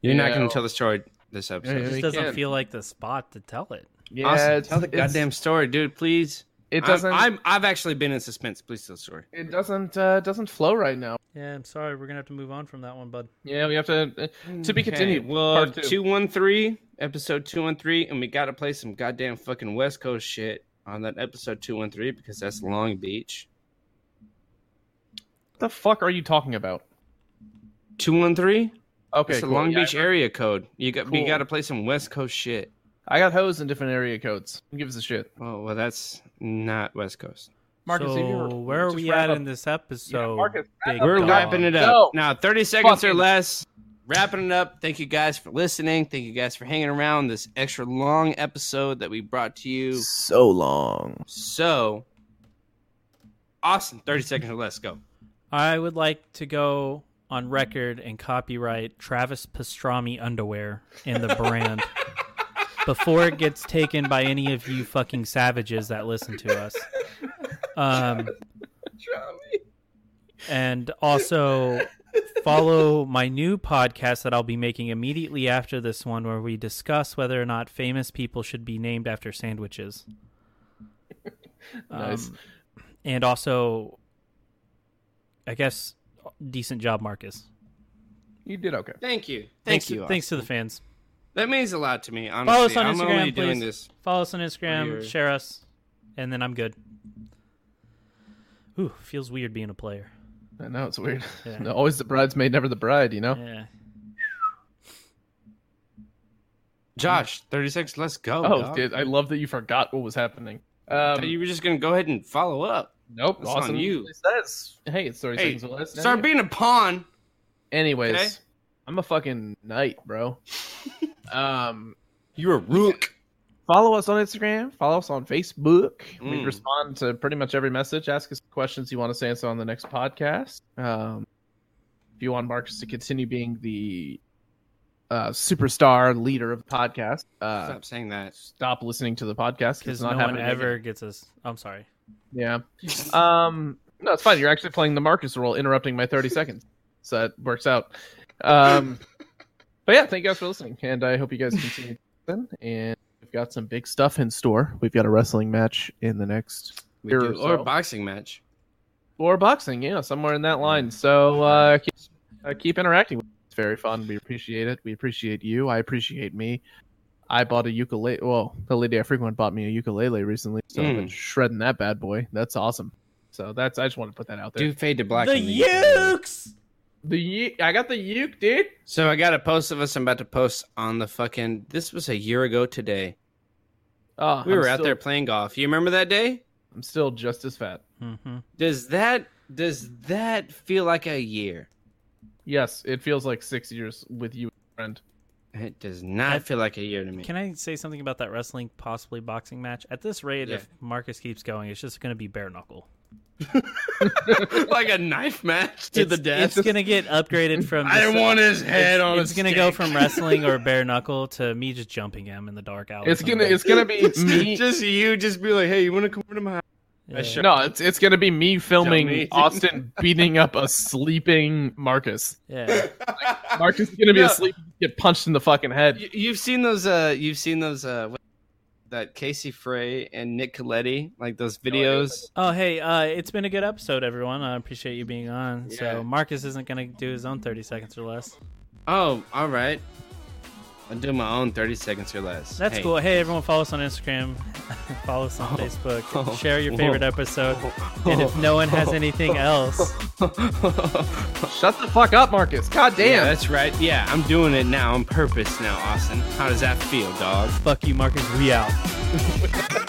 F: You're not
A: Yeah.
F: going to tell the story this episode.
A: Yeah,
C: It
A: yeah,
C: just
A: We
C: doesn't
A: can.
C: feel like the spot to tell it.
A: Yeah,
F: Austin,
A: it's-
F: tell the
A: it's-
F: goddamn story, dude, please.
A: It doesn't.
F: I'm, I'm, I've actually been in suspense. Please tell the story.
A: it doesn't. Uh, doesn't flow right now.
C: Yeah, I'm sorry. We're gonna have to move on from that one, bud.
A: Yeah, we have to. Uh, to be
F: Okay,
A: continued.
F: Well,
A: Part two.
F: two one three, episode two one three, and we got to play some goddamn fucking West Coast shit on that episode two one three because that's Long Beach.
A: What the fuck are you talking about?
F: Two one three.
A: Okay,
F: It's a
A: cool.
F: Long
A: Yeah,
F: Beach area code. You got we
A: Cool.
F: got to play some West Coast shit.
A: I got hoes in different area codes. Who gives a shit?
F: Oh well, that's not West Coast.
A: Marcus, if you
C: so
A: were-
C: where are
A: just
C: we
A: wrap
C: at
A: up.
C: in this episode?
A: Yeah, Marcus, wrap
C: big
A: up.
F: We're
C: dog?
F: wrapping it up
A: No.
F: now. Thirty seconds or
A: Fucking-
F: less. Wrapping it up. Thank you guys for listening. Thank you guys for hanging around this extra long episode that we brought to you.
A: So long.
F: So, awesome. Thirty seconds or less. Go.
C: I would like to go on record and copyright Travis Pastrami underwear and the brand before it gets taken by any of you fucking savages that listen to us. Um, and also, follow my new podcast that I'll be making immediately after this one, where we discuss whether or not famous people should be named after sandwiches.
A: Nice.
C: Um, and also, I guess, decent job, Marcus.
A: You did okay.
F: Thank you. Thank
C: Thanks,
F: you.
C: thanks to the fans.
F: That means a lot to me. Honestly,
C: Follow us on
F: I'm
C: Instagram,
F: only doing
C: please.
F: this.
C: Follow us on Instagram,
F: Weird.
C: share us, and then I'm good. Ooh, feels weird being a player.
A: I know it's weird.
C: Yeah.
A: No, always the bridesmaid, never the bride. You know.
C: Yeah.
F: Josh, 30 seconds. Let's go.
A: Oh,
F: dog.
A: dude, I love that you forgot what was happening.
F: Thought
A: Um,
F: you were just gonna go ahead and follow up.
A: nope,
F: That's on
A: awesome.
F: you.
A: That's hey, it's thirty
F: Hey,
A: seconds or less.
F: Start being a pawn.
A: Anyways,
F: today?
A: I'm a fucking knight, bro. um,
F: You're a rook.
A: follow us on Instagram. Follow us on Facebook. We
F: Mm.
A: respond to pretty much every message. Ask us questions you want us to answer on the next podcast. Um, if you want Marcus to continue being the uh, superstar leader of the podcast, uh,
F: Stop saying that.
A: stop listening to the podcast
C: Because
A: It's
C: no
A: not
C: one
A: happening.
C: ever gets us. I'm sorry.
A: Yeah. Um. No, it's fine. You're actually playing the Marcus role, interrupting my 30 seconds, so that works out. Um. But yeah, thank you guys for listening, and I hope you guys continue. to listen. And we've got some big stuff in store. We've got a wrestling match in the next
F: We
A: Here,
F: do-
A: so-
F: or a boxing match.
A: or boxing, yeah, somewhere in that line. So uh, keep, uh, keep interacting. with us. It's very fun. We appreciate it. We appreciate you. I appreciate me. I bought a ukulele. Well, the lady I frequent bought me a ukulele recently, so I've been
F: Mm.
A: shredding that bad boy. That's awesome. So that's I just want to put that out there.
F: Do fade to black.
C: the
F: in the-
C: Ukes!
A: The ye- I got the uke, dude.
F: So I got a post of us. I'm about to post on the fucking. This was a year ago today.
A: Oh,
F: We
A: I'm
F: were out
A: still-
F: there playing golf. You remember that day?
A: I'm still just as fat.
C: hmm
F: Does that does that feel like a year?
A: Yes, it feels like six years with you, friend.
F: It does not feel like a year to me.
C: Can I say something about that wrestling, possibly boxing match? At this rate,
F: Yeah.
C: if Marcus keeps going, it's just going to be bare knuckle.
F: like a knife match to
C: it's,
F: the death.
C: It's going to get upgraded from.
F: I
C: just-
F: want his head
C: it's,
F: on.
C: It's going to go from wrestling or bare knuckle to me just jumping him in the dark alley.
A: It's gonna,
C: somewhere.
A: it's gonna be me.
F: just you, just be like, hey, you want to come over to my? house?
C: Yeah.
F: sure-
A: No, it's it's gonna be me filming
F: Don't need-
A: Austin beating up a sleeping Marcus.
C: Yeah.
A: Marcus is gonna be
F: Yeah.
A: asleep, get punched in the fucking head.
F: You, you've seen those. Uh, you've seen those. Uh, what- that Casey Frey and Nick Coletti, like those videos.
C: Oh, hey, uh, it's been a good episode, everyone. I appreciate you being on.
F: Yeah.
C: So Marcus isn't going to do his own 30 seconds or less.
F: Oh, all right. I'll do my own thirty seconds or less.
C: That's
F: Hey.
C: cool. Hey, everyone, follow us on Instagram. follow us on Facebook.
F: Oh.
C: Share your
F: Whoa.
C: favorite episode. And if no one has anything else,
A: Shut the fuck up, Marcus. God
F: Yeah,
A: damn.
F: that's right. Yeah, I'm doing it now on purpose now, Austin. How does that feel, dog?
C: fuck you, Marcus. We out.